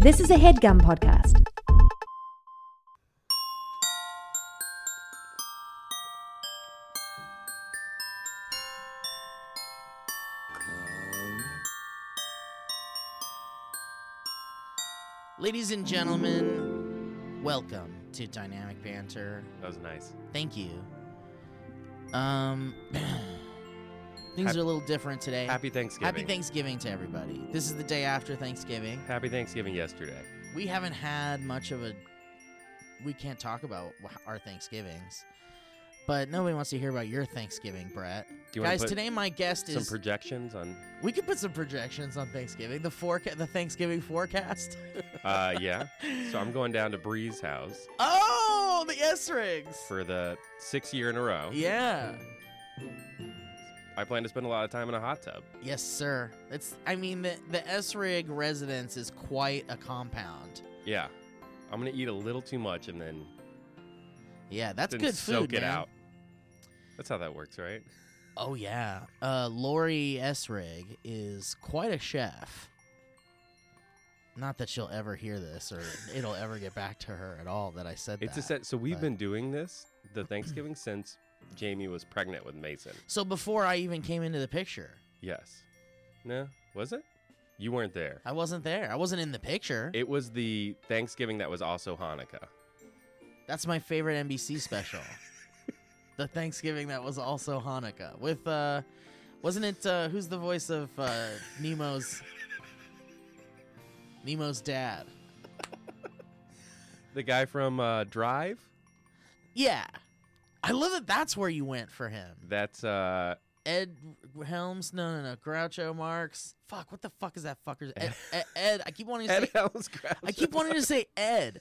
This is a headgum podcast. Ladies and gentlemen, welcome to Dynamic Banter. That was nice. Thank you. Um, things Hap- are a little different today. Happy Thanksgiving. Happy Thanksgiving to everybody. This is the day after Thanksgiving. Happy Thanksgiving yesterday. We haven't had much of a. We can't talk about wh- our Thanksgivings, but nobody wants to hear about your Thanksgiving, Brett. Do you wanna Guys, put today my guest some is. projections on? we could put some projections on Thanksgiving. The forecast, the Thanksgiving forecast. Uh, yeah. So I'm going down to Bree's house Oh, the S rings. for the sixth year in a row. Yeah. I plan to spend a lot of time in a hot tub. Yes, sir. It's. I mean, the the S rig residence is quite a compound. Yeah. I'm gonna eat a little too much and then Yeah, that's then good food. soak it man. out. That's how that works, right? Oh yeah. Uh, Lori S rig is quite a chef. Not that she'll ever hear this, or it'll ever get back to her at all that I said It's that. a set. So we've but- been doing this the Thanksgiving since Jamie was pregnant with Mason. so before I even came into the picture, Yes. No, was it? You weren't there. I wasn't there. I wasn't in the picture. It was the Thanksgiving that was also Hanukkah. That's my favorite NBC special. the Thanksgiving that was also Hanukkah with uh wasn't it uh who's the voice of uh Nemo's Nemo's dad? The guy from uh, Drive. Yeah. I love that that's where you went for him. That's uh Ed Helms, no, no, no, Groucho Marx. Fuck, what the fuck is that fucker's Ed, Ed, Ed I keep wanting to Ed say Helms I keep wanting to say Ed.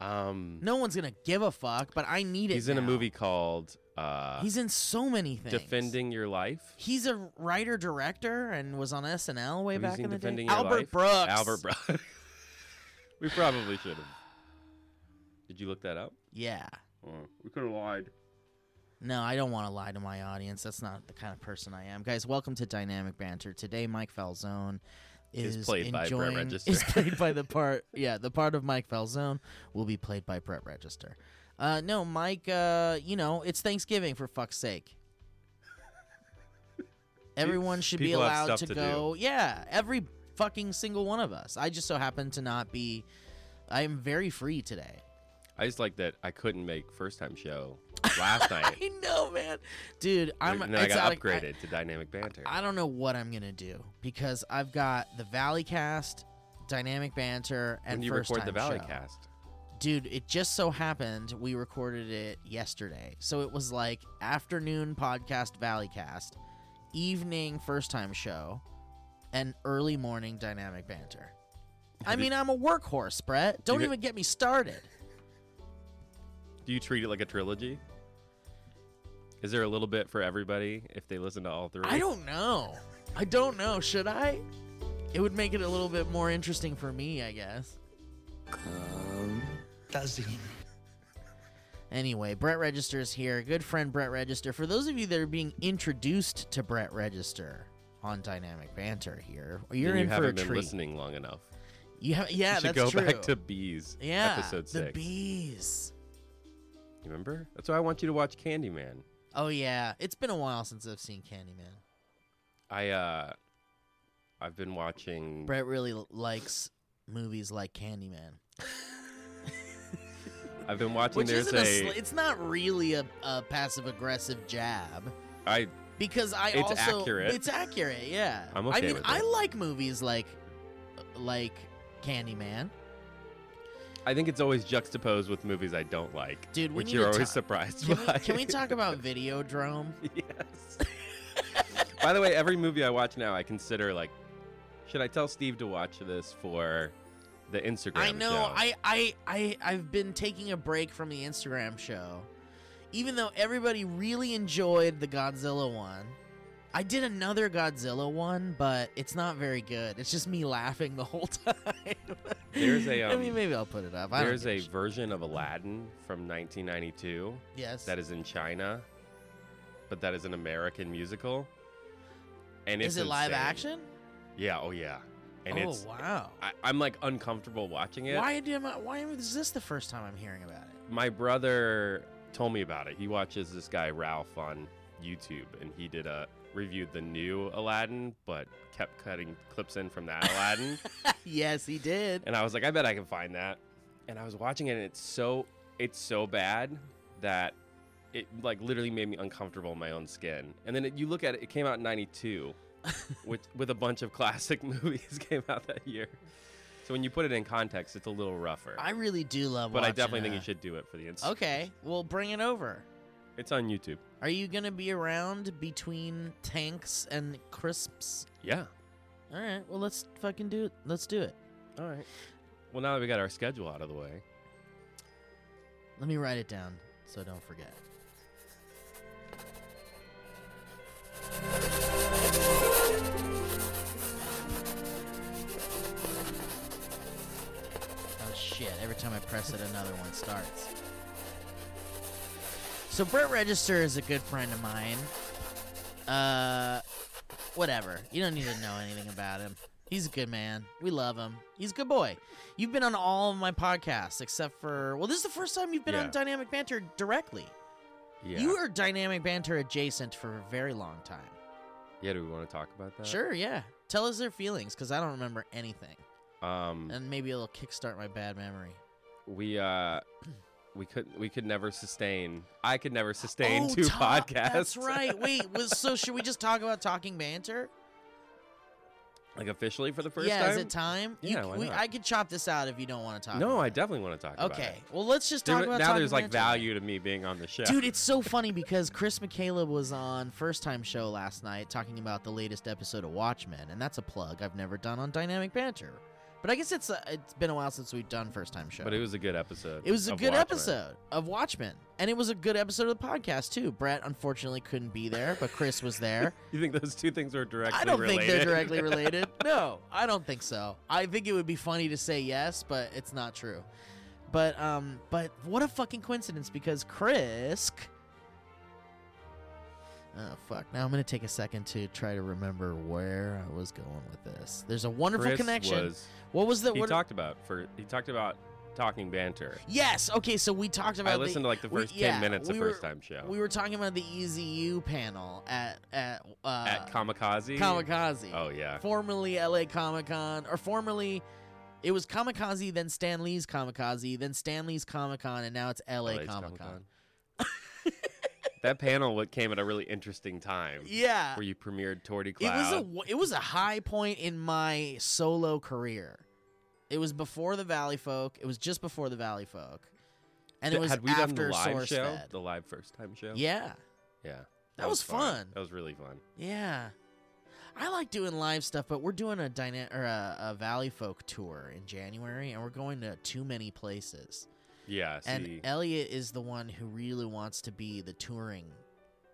Um, No one's gonna give a fuck, but I need it. he's in a now. movie called uh, He's in so many things. "Defending Your Life." He's a writer director and was on SNL way Have you back seen in the Defending day. Your Albert Life? Brooks. Albert Brooks. we probably should have. Did you look that up? Yeah. we could have lied. No, I don't want to lie to my audience. That's not the kind of person I am. Guys, welcome to Dynamic Banter. Today, Mike Falzone is, Is played by Brett enjoying, Register. Is played by the part. Yeah, the part of Mike Falzone will be played by Brett Register. Uh, no, Mike. Uh, you know, it's Thanksgiving for fuck's sake. Everyone should be People have allowed stuff to to do. go. Yeah, every fucking single one of us. I just so happen to not be. I am very free today. I just like that I couldn't make first time show last night. I know, man, dude. I'm. and then I it's got out of- I- upgraded to dynamic banter. I don't know what I'm gonna do because I've got the Valley Cast, Dynamic Banter, and when you first record the Time Valley Show. cast, Dude, it just so happened we recorded it yesterday, so it was like afternoon podcast Valley Cast, evening first time show, and early morning Dynamic Banter. I Have you- mean, I'm a workhorse, Brett. Don't You've- even get me started. do you treat it like a trilogy? Is there a little bit for everybody if they listen to all three? I don't know. I don't know. Should I? It would make it a little bit more interesting for me, I guess. Um, Anyway, Brett Register is here. Good friend Brett Register. For those of you that are being introduced to Brett Register on Dynamic Banter here, you're Then in you for haven't a been treat. listening long enough. You have, yeah, you should that's go true. back to bees. yeah, episode the six. bees. You remember? That's why I want you to watch Candyman. Oh yeah, it's been a while since I've seen Candyman. I uh, I've been watching. Brett really l- likes movies like Candyman, I've been watching. which there's isn't a. sl- a. it's not really a, a passive aggressive jab. I because I It's also accurate. It's accurate, yeah. I'm I okay mean, with I it. like movies like like Candyman, I think it's always juxtaposed with movies I don't like, dude. We which need you're to always ta- surprised Can by. we, can we talk about Videodrome? yes. by the way, every movie I watch now, I consider like, should I tell Steve to watch this for the Instagram? I know. show? I, I I I've been taking a break from the Instagram show, even though everybody really enjoyed the Godzilla one. I did another Godzilla one, but it's not very good. It's just me laughing the whole time. There's a, I mean, um, maybe I'll put it up. I don't There's give a shit. version of Aladdin from 1992 yes. that is in China, but that is an American musical. And it's Is it live insane. action? Yeah. Oh yeah. and oh it's wow! I, I'm like uncomfortable watching it. Why am I? Why is this the first time I'm hearing about it? My brother told me about it. He watches this guy Ralph on YouTube, and he did a reviewed the new Aladdin, but kept cutting clips in from that Aladdin. yes, he did. and I was like, I bet I can find that. And I was watching it, and it's so it's so bad that it like literally made me uncomfortable in my own skin. And then it, you look at it; it came out in '92, with with a bunch of classic movies came out that year. So when you put it in context, it's a little rougher. I really do love. but I watching definitely think that. you should do it for the Instagram. Okay, well, bring it over. it's on YouTube. Are you gonna be around between tanks and crisps? Yeah. All right. Well, let's fucking do it. Let's do it. All right. Well, now that we got our schedule out of the way, Let me write it down so I don't forget. Oh shit, every time I press it, another one starts. So, Brett Register is a good friend of mine. Uh, whatever. You don't need to know anything about him. He's a good man. We love him. He's a good boy. You've been on all of my podcasts except for well, this is the first time you've been on Yeah. Dynamic Banter directly. yeah, You are Dynamic Banter adjacent for a very long time. yeah. Do we want to talk about that? sure, yeah. Tell us their feelings because I don't remember anything, Um, and maybe it'll kickstart my bad memory. we uh we could we could never sustain I could never sustain Oh, two Ta- podcasts. That's right. Wait, was, so should we just talk about talking banter? like officially for the first yeah, time. is it time? You Yeah, c- why we- not? I could chop this out if you don't want to talk. no, about I it. definitely want to talk about Okay, it. well let's just talk There- about now Talking there's like Banter. value to me being on the show. Dude, it's so funny because Chris McCaleb was on first time show last night talking about the latest episode of Watchmen, and that's a plug I've never done on Dynamic Banter. But I guess it's uh it's been a while since we've done first time show. but it was a good episode. It was a of good Watchmen. episode of Watchmen, and it was a good episode of the podcast too. Brett unfortunately couldn't be there, but Chris was there. You think those two things were directly I don't related? think they're directly related. No, I don't think so. I think it would be funny to say yes, but it's not true. But um, but what a fucking coincidence because Chris. Oh fuck! Now I'm gonna take a second to try to remember where I was going with this. There's a wonderful Chris connection. Was, what was the? he What, talked about for he talked about talking banter. yes. Okay. So we talked about. I the- listened to like the we- first yeah, ten minutes we of were- first time show We were talking about the EZU panel at at uh, at Kamikaze. Kamikaze. Oh yeah, formerly LA Comic Con, or formerly it was Kamikaze, then Stan Lee's Kamikaze, then Stan Lee's Comic Con, and now it's LA, LA's Comic Con. that panel what came at a really interesting time. Yeah, Where you premiered Uh, Torty it was a Cloud. w- it was a high point in my solo career. It was before the Valley Folk. It was just before the Valley Folk, and it D- was had we after done the live Source show, Fed. the live first time show. Yeah, yeah, that, was fun. That was really fun. yeah. I like doing live stuff, but we're doing a dyna- or a, a Valley Folk tour in January, and we're going to too many places. Yeah, see, And Elliot is the one who really wants to be the touring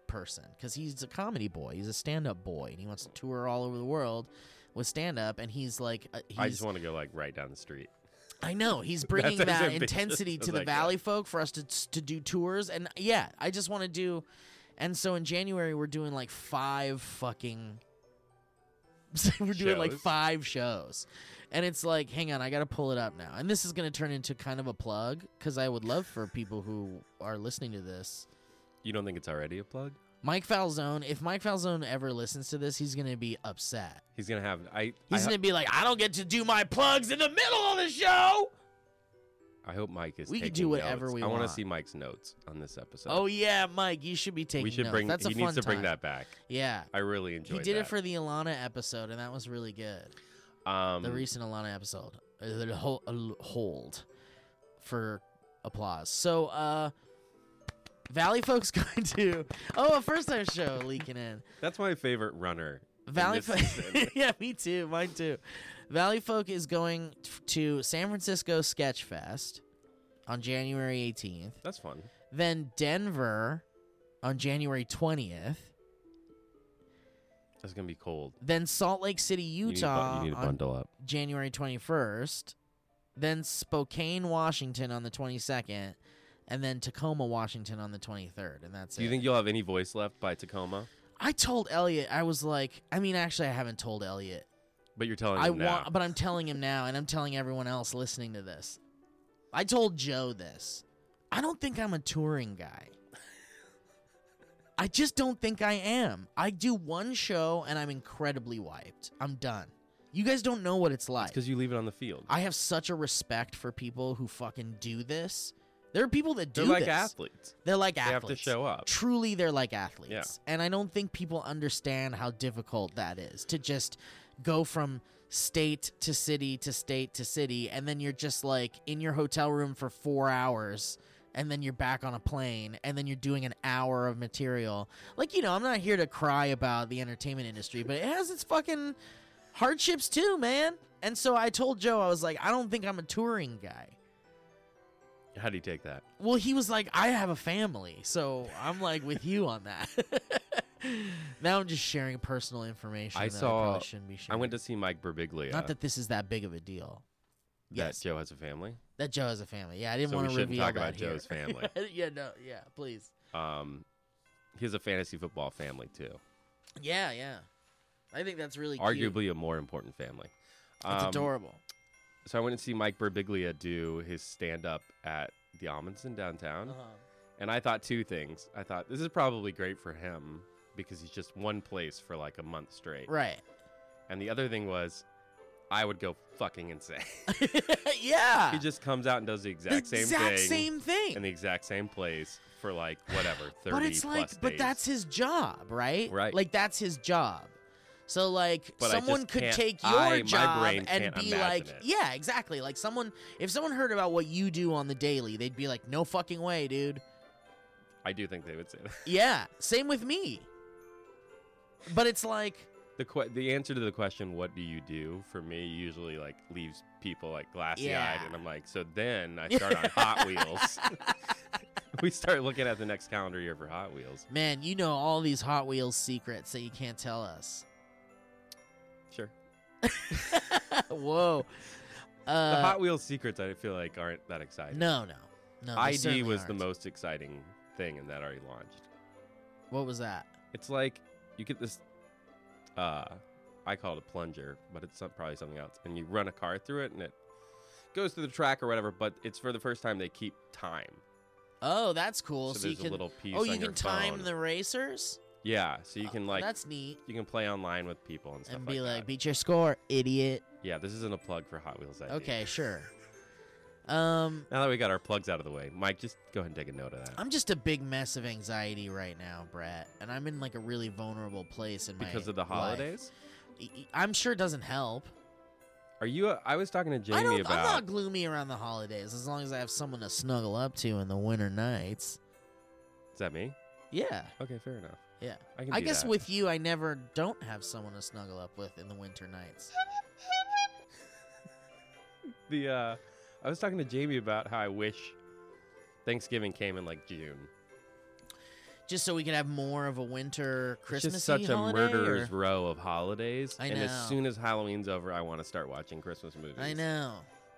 person because he's a comedy boy. He's a stand up boy and he wants to tour all over the world with stand up. And he's like, uh, he's, I just want to go like right down the street. I know he's bringing as that ambitious intensity to as the I get. Valley folk for us to, to do tours. And yeah, I just want to do. And so in January, we're doing like five fucking. we're doing like Shows. five shows. And it's like, hang on, I got to pull it up now. And this is going to turn into kind of a plug because I would love for people who are listening to this. You don't think it's already a plug? Mike Falzone, if Mike Falzone ever listens to this, he's going to be upset. He's gonna have. I. I, He's ho- going to be like, I don't get to do my plugs in the middle of the show. I hope Mike is. We can taking do whatever notes. we I wanna want. see Mike's notes on this episode. Oh yeah, Mike, you should be taking. we should notes. bring. That's a he fun needs to bring time. that back. Yeah, I really enjoyed. he did it that. for the Alana episode, and that was really good. um, the recent Alana episode, Uh, the ho- uh, hold for applause. So, uh, Valley folks going to oh a first time show leaking in. That's my favorite runner. in Valley this Folk. season. yeah, me too. Mine too. Valley Folk is going t- to San Francisco Sketch Fest on January 18th, That's fun. then Denver on January 20th, That's gonna be cold. then Salt Lake City, You need to bu- Utah You need to on bundle up. January 21st, then Spokane, Washington on the 22nd, and then Tacoma, Washington on the 23rd. And that's Do you it. think you'll have any voice left by Tacoma? I told Elliot, I was like, I mean, actually, I haven't told Elliot But you're telling me I now. want, but I'm telling him now, and I'm telling everyone else listening to this. I told Joe this. I don't think I'm a touring guy. I just don't think I am. I do one show and I'm incredibly wiped. I'm done. You guys don't know what it's like. because you leave it on the field. I have such a respect for people who fucking do this. There are people that do They're like this. athletes. They're like They have athletes. to show up. Truly, they're like athletes. And I don't think people understand how difficult that is to just go from state to city to state to city. And then you're just like in your hotel room for four hours. And then you're back on a plane. And then you're doing an hour of material. Like, you know, I'm not here to cry about the entertainment industry, but it has its fucking hardships too, man. And so I told Joe, I was like, I don't think I'm a touring guy. How do you take that? Well, he was like, I have a family, so I'm like with you on that. now I'm just sharing personal information. I that I saw- probably shouldn't be I sharing. went to see Mike Birbiglia. Not that this is that big of a deal. that Yes, Joe has a family. that Joe has a family. Yeah, I didn't So we want to shouldn't reveal talk that about here. Joe's family. yeah, no, yeah, please. Um, he has a fantasy football family too. Yeah, yeah. I think that's really cute. Arguably a more important family. that's Um, adorable. So I went and see Mike Birbiglia do his stand up at the Amundsen downtown. Uh-huh. And I thought two things. I thought this is probably great for him because he's just one place for like a month straight. Right. And the other thing was I would go fucking insane. yeah. he just comes out and does the the exact exact same thing same thing. in the exact same place for like whatever 30 but it's like plus but days. that's his job right Right. like that's his job so like But I just someone could can't- take your I- my job brain and can't be imagine like it. yeah exactly like someone if someone heard about what you do on the daily they'd be like no fucking way dude I do think they would say that. yeah same with me but it's like The que- the answer to the question "What do you do?" for me usually like leaves people like glassy eyed, Yeah. and I'm like, so then I start on Hot Wheels. we start looking at the next calendar year for Hot Wheels. man you know all these hot wheels secrets that you can't tell us Sure. whoa the uh, Hot Wheels secrets I feel like aren't that exciting. no no no they ID certainly was the aren't. most exciting thing, and that already launched. what was that It's like you get this. Uh, I call it a plunger, but it's some- probably something else. And you run a car through it, and it goes through the track or whatever. But it's for the first time they keep time. oh that's cool so, so, there's you can a little piece. oh you on your can time phone. the racers Yeah, so you Oh, can like that's neat you can play online with people and stuff and be like, that. beat your score idiot yeah, this isn't a plug for Hot Wheels. ID. okay sure um Now that we got our plugs out of the way, Mike, just go ahead and take a note of that i'm just a big mess of anxiety right now brett and i'm in like a really vulnerable place in my because of the life. holidays. I- I- i'm sure it doesn't help Are you? A, I was talking to Jamie i don't about. i'm not gloomy around the holidays as long as i have someone to snuggle up to in the winter nights Is that me? yeah Okay, fair enough. Yeah. I can. i do guess that. with you i never don't have someone to snuggle up with in the winter nights the. uh I was talking to Jamie about how I wish Thanksgiving came in like June. just so we could have more of a winter christmas it's just such holiday, a or- murderer's row of holidays. I and know. as soon as Halloween's over, I want to start watching Christmas movies. i know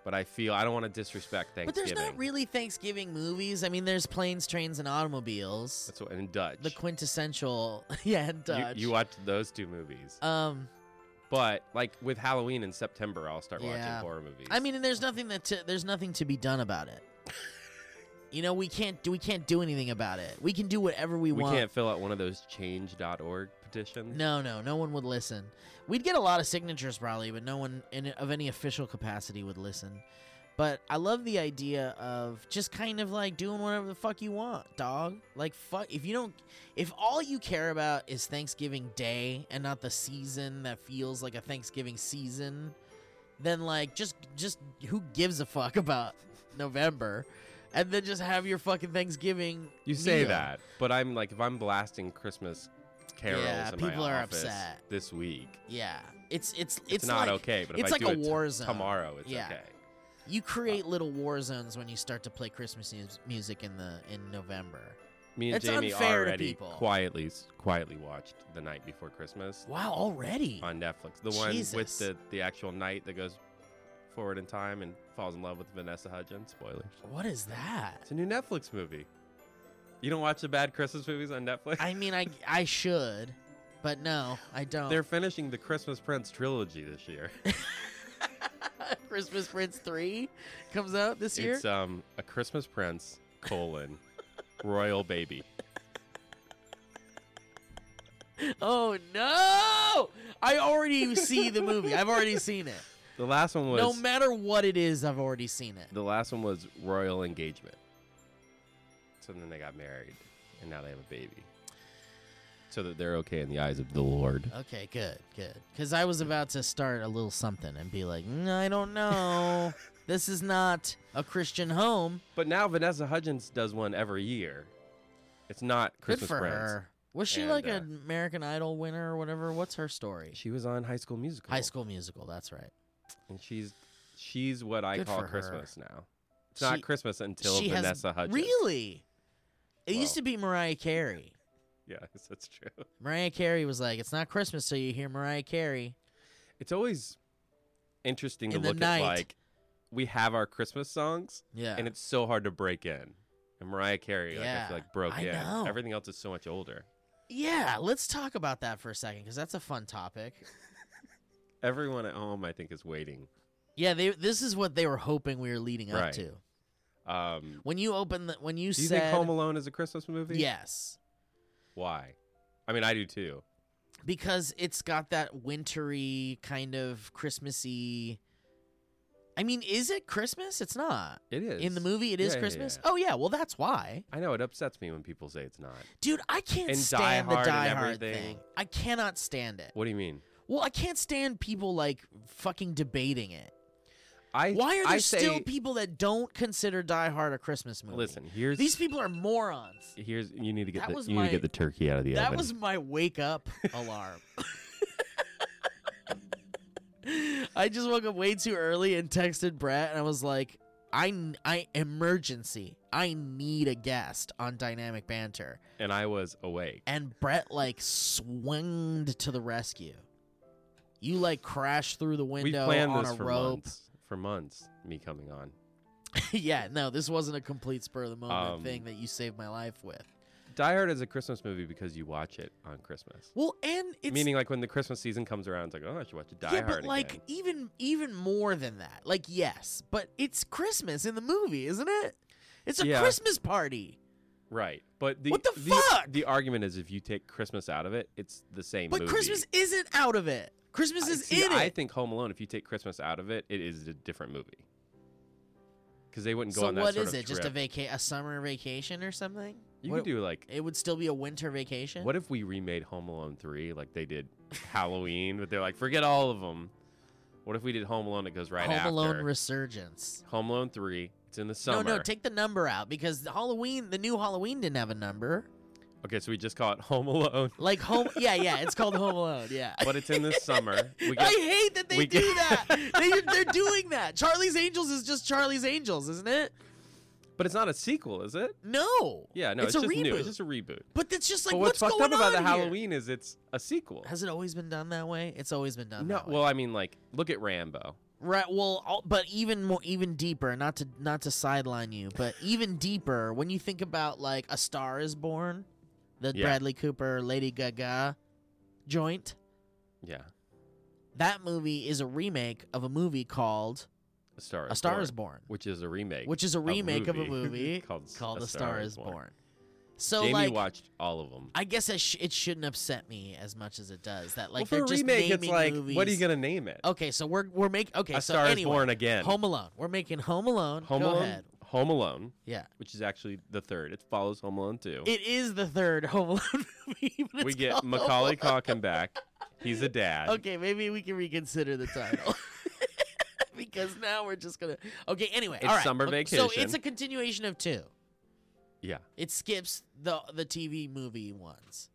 But I feel I don't want to disrespect But Thanksgiving. there's not really Thanksgiving movies. I mean, there's planes, trains, and automobiles. That's what in Dutch. the quintessential, yeah, and You- Dutch. You, watched those two movies, um, but like with Halloween in September, I'll start Yeah. watching horror movies. I mean, and there's nothing that to, there's nothing to be done about it. you know, we can't do we can't do anything about it. We can do whatever we, we want. can't fill out one of those Change.org petitions. No, no, no one would listen. We'd get a lot of signatures probably, but no one in of any official capacity would listen. But I love the idea of just kind of like doing whatever the fuck you want, dog. Like fuck if you don't if all you care about is Thanksgiving Day and not the season that feels like a Thanksgiving season, then like just just who gives a fuck about November? And then just have your fucking Thanksgiving. you say meal. that, but I'm like, if I'm blasting Christmas carols Yeah, in people my are office upset. this week, Yeah. It's it's it's, it's, not like- okay. But if it's I like do a it t- war zone. tomorrow, it's Yeah. okay. Uh, You create little war zones when you start to play Christmas mus- music in the in November. Me and It's Jamie unfair to already people. quietly quietly watched the night before Christmas Wow, already. on Netflix. The one Jesus. with the the actual night that goes forward in time and falls in love with Vanessa Hudgens. Spoilers. What is that? It's a new Netflix movie. You don't watch the bad Christmas movies on Netflix? I mean, I I should. But no, I don't. They're finishing the Christmas Prince trilogy this year. Christmas Prince 3 comes out this year. It's um a Christmas Prince colon royal baby. oh no! I already see the movie. I've already seen it. The last one was No matter what it is, I've already seen it. the last one was royal engagement. So then they got married, and now they have a baby. So that they're okay in the eyes of the Lord. Okay, good, good. Because I was about to start a little something and be like, "Mm, I don't know. this is not a Christian home. But now Vanessa Hudgens does one every year. It's not Christmas good for Prince. her. Was she And, like uh, an American Idol winner or whatever? What's her story? She was on High School Musical. High School Musical. That's right. and she's she's what I Good call for her. Christmas now. It's not She- Christmas until she has- Vanessa Hudgens. Really? It Wow. used to be Mariah Carey. Yeah, I guess that's true. Mariah Carey was like, "It's not Christmas till you hear Mariah Carey." It's always interesting to In the look night. at like we have our Christmas songs, Yeah, and it's so hard to break in. And Mariah Carey, like I Yeah, feel like broke I in. know. Everything else is so much older. yeah. Let's talk about that for a second because that's a fun topic. Everyone at home, I think, is waiting. Yeah, they, this is what they were hoping we were leading up Right. to. Um, When you open the when you do you said think Home Alone is a Christmas movie? yes, Why? I mean, I do too. because it's got that wintry kind of Christmassy. I mean, is it Christmas? It's not. It is In the movie, it is Yeah, yeah, Christmas. yeah. Oh yeah, well that's why, I know it upsets me when people say it's not. dude. I can't And Die stand Hard the Die and Hard everything. thing. I cannot stand it. What do you mean? Well, I can't stand people like fucking debating it. I Why are there I still say- people that don't consider Die Hard a Christmas movie? Listen, here's these people are morons. Here's you need to get That the, was you need my- to get the turkey out of the That oven. was my wake up alarm. I just woke up way too early and texted Brett, and I was like, "I, n- I emergency. I need a guest on Dynamic Banter." and I was awake. And Brett like swinged to the rescue. You like crashed through the We window planned on this a for rope. months. For months, me coming on. yeah, no, this wasn't a complete spur of the moment Um, thing that you saved my life with. Die Hard is a Christmas movie because you watch it on Christmas. Well, and it's Meaning, like when the Christmas season comes around, it's like, oh, I should watch a Die yeah, Hard but like again. even even more than that. Like yes, but it's Christmas in the movie, isn't it? It's a Yeah. Christmas party. Right, but the What the the, fuck? the argument is if you take Christmas out of it, it's the same. But movie. Christmas isn't out of it. Christmas I- is see, in I it. think Home Alone. If you take Christmas out of it, it is a different movie. Because they wouldn't go so on that what sort is of it? Just a trip. vaca- a summer vacation or something? You What- could do like It would still be a winter vacation. What if we remade Home Alone 3 like they did Halloween, but they're like, forget all of them? What if we did Home Alone? It goes right Home after. Alone Resurgence? Home Alone 3. It's in the summer. No, no, take the number out because the Halloween, the new Halloween didn't have a number. okay, so we just call it Home Alone, Like home, yeah, yeah. It's called Home Alone. Yeah. but it's in the summer. We I get, hate that they we do get- that. They, they're doing that. Charlie's Angels is just Charlie's Angels, isn't it? but it's not a sequel, is it? No. Yeah, no, it's, it's, a just reboot. new. It's just a reboot. but it's just like but what's, what's, fucked going up about on the here? Halloween is it's a sequel. Has it always been done that way? It's always been done no, that way. well, I mean, like, look at Rambo. right. Well, all, but even more, even deeper. Not to not to sideline you, but even deeper. When you think about like A Star Is Born, the Yeah. Bradley Cooper, Lady Gaga joint. Yeah, That movie is a remake of a movie called A Star. A Star Is Born, which is a remake. which is a remake of a movie called, called A Star Is Born. So Jamie like, watched all of them. I guess I sh- it shouldn't upset me as much as it does that like well, they're for a just remake, it's naming like, movies. what are you gonna name it? Okay, so we're we're making okay. a so Star anyway, is Born Again. Home Alone. We're making Home Alone. Home Go Alone. ahead. Home Alone, Yeah, which is actually the third. It follows Home Alone two. it is the third Home Alone movie. but we it's get called Home Macaulay Alone. Culkin back. He's a dad. Okay, maybe we can reconsider the title. Because now we're just gonna okay. Anyway, It's all right. summer Okay, So vacation. it's a continuation of two. Yeah. It skips the the TV movie ones.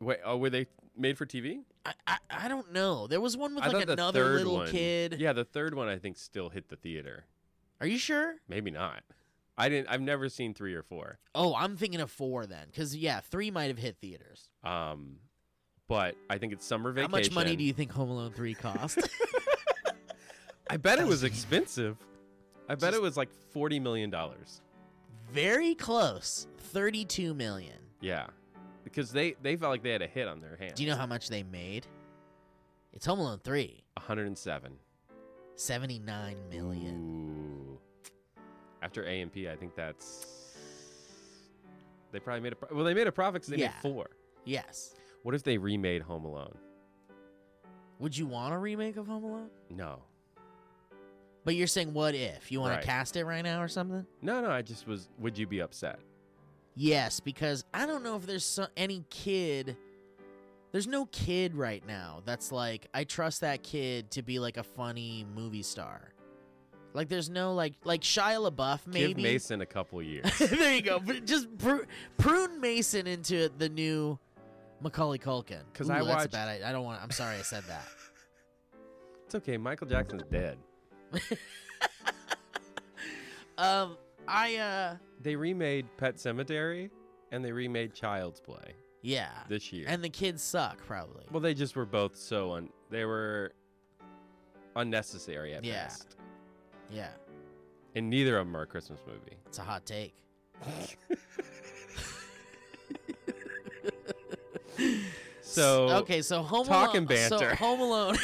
Wait. Oh, were they made for TV? I I, I don't know. There was one with I like thought another the third little one, kid. Yeah, the third one I think still hit the theater. Are you sure? Maybe not. I didn't. I've never seen three or four. Oh, I'm thinking of four then, because yeah, three might have hit theaters. Um, but I think it's summer vacation. How much money do you think Home Alone three cost? I bet it was expensive. I bet it was like forty million dollars. Very close, thirty two million. Yeah. because they they felt like they had a hit on their hands. Do you know how much they made? It's Home Alone 3. 107 79 million. Ooh. After A and P, I think that's they probably made a pro- well. They made a profit because they Yeah. made four. Yes. What if they remade Home Alone? Would you want a remake of Home Alone? No, But you're saying what if? You want Right. to cast it right now or something? no, no. I just was. Would you be upset? Yes, because I don't know if there's so- any kid. There's no kid right now that's like I trust that kid to be like a funny movie star. Like there's no like like Shia LaBeouf maybe. Give Mason a couple years. there you go. But just pr- prune Mason into the new Macaulay Culkin. 'Cause Ooh, I that's watched- Bad. I, I don't want. I'm sorry I said that. it's okay. Michael Jackson's dead. Um, I uh, They remade Pet Cemetery, and they remade Child's Play yeah. this year. And the kids suck probably. well, they just were both so un. They were unnecessary at Yeah. best, yeah, and neither of them are a Christmas movie. it's a hot take. So okay, so Home talk Alone. and banter. So Home Alone.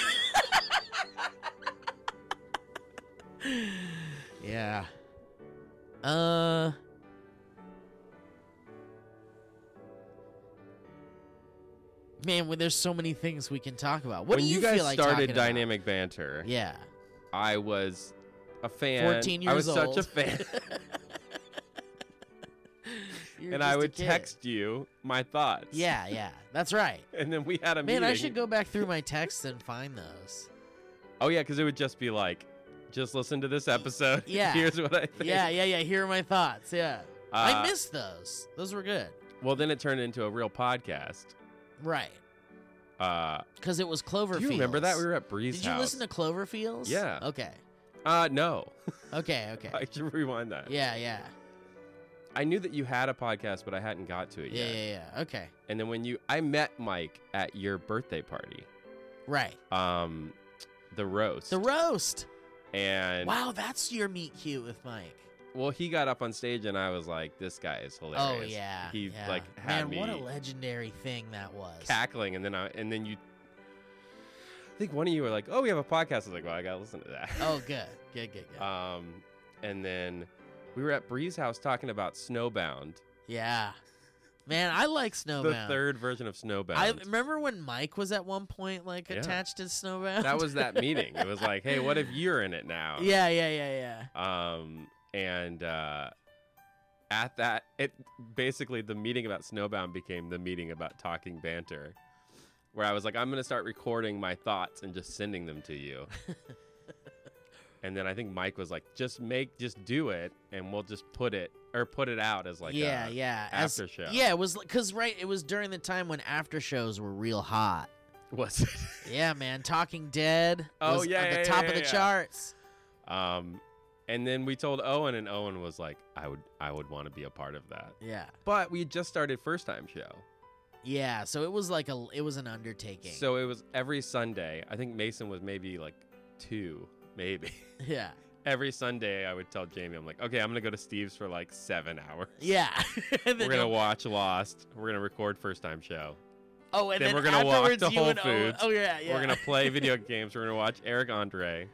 yeah. Uh. Man, when there's so many things we can talk about. What when do you, guys feel like talking started about? dynamic banter, Yeah. I was a fan. 14 I years was old. such a fan, You were and I just a would kid. text you my thoughts. Yeah, yeah, that's right. and then we had a Man, meeting. I should go back through my texts and find those. Oh yeah, because it would just be like, just listen to this episode. Yeah. Here's what I think. Yeah, yeah, yeah. Here are my thoughts. Yeah, Uh, I missed those. Those were good. Well, then it turned into a real podcast. Right, Uh, because it was Cloverfield. do you remember that we were at Bree's Did you listen to Cloverfields? Yeah. Okay. Uh, no. Okay. Okay. I should rewind that. yeah, yeah. I knew that you had a podcast, but I hadn't got to it Yeah, yet. yeah, yeah. Okay. And then when you, I met Mike at your birthday party. Right. Um, the roast. The roast. and Wow, that's your meet cute with Mike. well, he got up on stage, and I was like, "This guy is Oh hilarious." yeah. He yeah. like man, had what a me legendary thing that was. cackling, and then I, and then you. I think one of you were like, "Oh, we have a podcast." I was like, "Well, I gotta listen to that." Oh, good, good, good, good. Um, and then we were at Bree's house talking about Snowbound, yeah. Man, I like Snowbound. the third version of Snowbound. I remember when Mike was at one point like Yeah. attached to Snowbound. that was that meeting. It was like, hey, what if you're in it now? yeah, yeah, yeah, yeah. Um, and uh, at that, it basically the meeting about Snowbound became the meeting about talking banter, where I was like, I'm gonna start recording my thoughts and just sending them to you. And then I think Mike was like, "Just make, just do it, and we'll just put it or put it out as like, uh, yeah, a- yeah. after show. Yeah, it was because right, it was during the time when after shows were real hot. was it?" Yeah, man. Talking Dead. Oh, was yeah, at the yeah, top yeah, of the yeah. charts. Um, and then we told Owen, and Owen was like, "I would, I would want to be a part of that." Yeah, But we had just started first time show, yeah. So it was like a, it was an undertaking. so it was every Sunday. I think Mason was maybe like two, maybe yeah, every Sunday. I would tell Jamie, "I'm like, okay, I'm gonna go to Steve's for like seven hours. yeah. And We're then gonna you'll- watch Lost. We're gonna record first time show. oh, and then then, we're gonna walk afterwards to you Whole and Owen- Foods. Oh yeah, yeah. We're gonna play video games. We're gonna watch Eric Andre."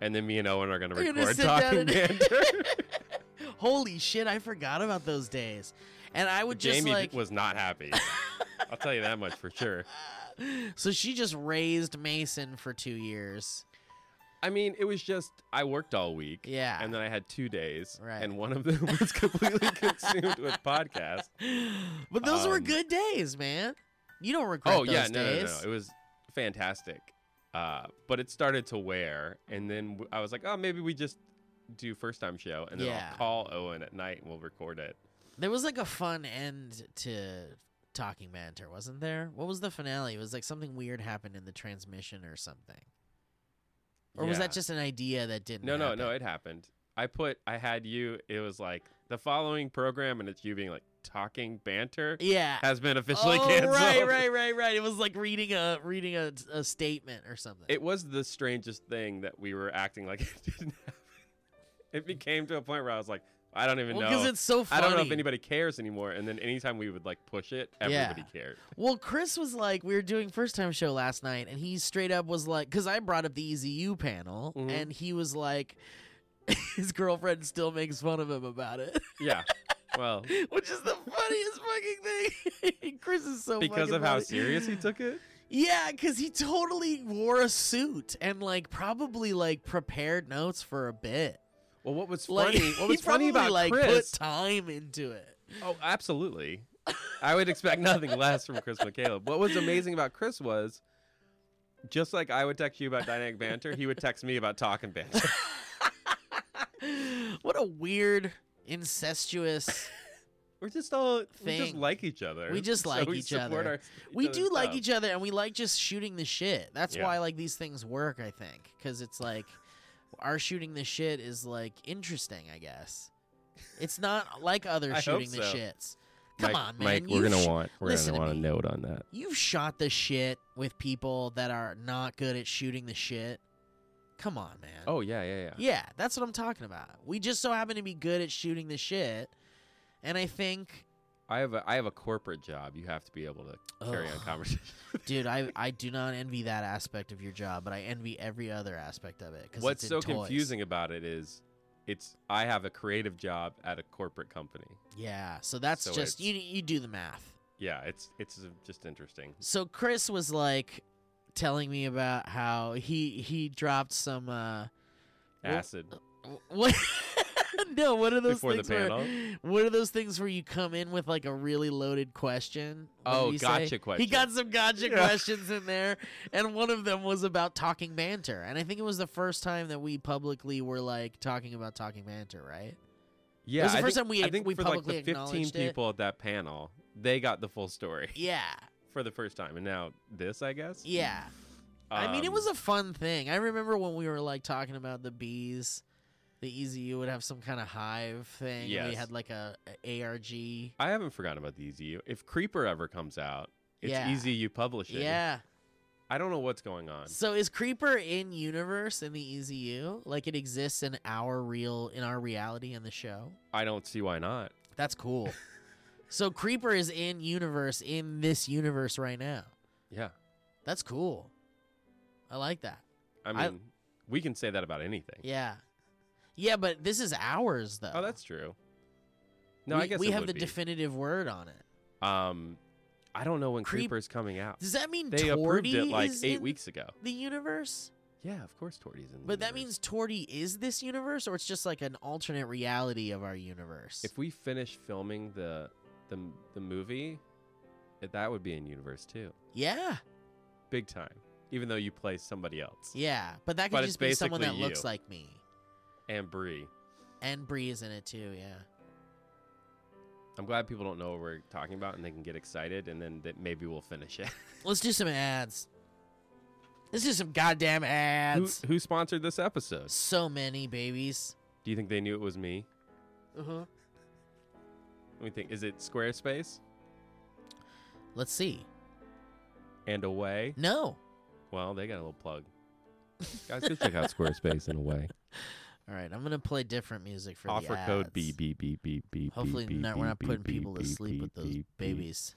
And then me and Owen are going to We're gonna record sit down talking and- banter. Holy shit, I forgot about those days. And I would just Jamie like was not happy. I'll tell you that much for sure. So she just raised Mason for two years. I mean, it was just I worked all week. Yeah. And then I had two days. Right. And one of them was completely consumed with podcasts. but those were Um, good days, man. You don't regret Oh yeah, those no, no, days. no, It was fantastic. Uh, but it started to wear, and then w- I was like, oh, maybe we just do first time show, and then Yeah. I'll call Owen at night and we'll record it. There was like a fun end to Talking Banter, wasn't there? What was the finale? It was like something weird happened in the transmission or something. Or was Yeah. that just an idea that didn't No, no, no. happen? It happened. I put I had you. It was like the following program, and it's you being like talking banter Yeah. has been officially oh, canceled. right, right, right, right. It was like reading a reading a, a statement or something. It was the strangest thing that we were acting like it didn't happen. It became to a point where I was like, I don't even Well, know. because it's so I funny. don't know if anybody cares anymore. And then anytime we would like push it, everybody cared. Well, Chris was like, we were doing first time show last night, and he straight up was like, because I brought up the EZU panel, Mhm. and he was like, his girlfriend still makes fun of him about it, Yeah. Well, which is the funniest fucking thing. Chris is so because fucking of how funny. serious he took it. Yeah, because he totally wore a suit and like probably like prepared notes for a bit. Well, what was Like funny? what was he funny probably, about like Chris? put time into it. Oh, absolutely. I would expect nothing less from Chris McCaleb. What was amazing about Chris was just like I would text you about dynamic banter, he would text me about talking banter. what a weird incestuous We're just all we just Thing. like each other. We just so like we each support other. our- we other's do like stuff. each other and we like just shooting the shit that's Yeah. why like these things work i think because it's like our shooting the shit is like interesting i guess it's not like other I hope shooting the so. shits come Mike, on man Mike, we're You've gonna sh- want we're listen gonna to want a me. note on that. you've shot the shit with people that are not good at shooting the shit come on man Oh yeah, yeah, yeah. yeah, that's what I'm talking about. We just so happen to be good at shooting the shit, and I think, I have a I have a corporate job. You have to be able to carry on Ugh. conversation. dude, I I do not envy that aspect of your job, but I envy every other aspect of it. 'cause What's it's so in toys. confusing about it is it's I have a creative job at a corporate company. Yeah, so that's So just it's- you. You do the math. Yeah, it's it's uh, just interesting. So Chris was like telling me about how he he dropped some uh Well, Acid. wh- what. No, what are those Before the things? where- panel? what are those things where you come in with like a really loaded question? What did Oh, he say? gotcha He question. got some gotcha Yeah. questions in there, and one of them was about talking banter. And I think it was the first time that we publicly were like talking about talking banter, right? Yeah, was the I first think, time we- I think we for publicly like the 15 acknowledged it. people at that panel, they got the full story Yeah, for the first time, and now this, I guess. yeah. I mean, it Um, was a fun thing. I remember when we were like talking about the bees. The EZU would have some kind of hive thing. We Yes. had like a, a ARG. I haven't forgotten about the EZU. If Creeper ever comes out, it's Yeah. easy you publish it. Yeah. I don't know what's going on. So is Creeper in universe in the EZU? Like it exists in our real in our reality in the show? I don't see why not. That's cool. so Creeper is in universe in this universe right now. Yeah. That's cool. I like that. I mean, I- we can say that about anything. Yeah. Yeah, but this is ours though. Oh, that's true. No, we, I guess we it have would the be. definitive word on it. Um, I don't know when Creep- Creeper's coming out. Does that mean They approved it Torty like is eight in weeks ago. The universe, Yeah, of course, Torty's in. the but that means universe. Torty is this universe, or it's just like an alternate reality of our universe. If we finish filming the the the movie, it- that would be in universe too, yeah, big time. Even though you play somebody else Yeah, but that could But it's just be someone that basically you. looks like me. and Brie, And Bree is in it too. Yeah. I'm glad people don't know what we're talking about and they can get excited, and then that maybe we'll finish it. Let's do some ads. Let's do some goddamn who, ads. who sponsored this episode? So many babies. Do you think they knew it was me? Mm-hmm. Uh-huh. Let me think. Is it Squarespace Let's see. and Away? No. Well, they got a little plug. Guys, go check out Squarespace and Away. All right, I'm gonna play different music for Offer the ads. code B B B B B. Hopefully, not, we're not putting people to sleep with those babies.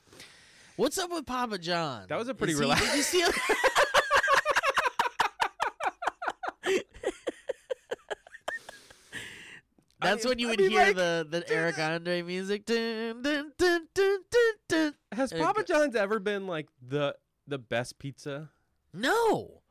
What's up with Papa John? That was a pretty Is he- relax- did you see him? That's I- when you I would mean, hear like, the, the Eric Andre music. Dun, dun, dun, dun, dun, dun. Has There you Papa go. John's ever been like the the best pizza? No,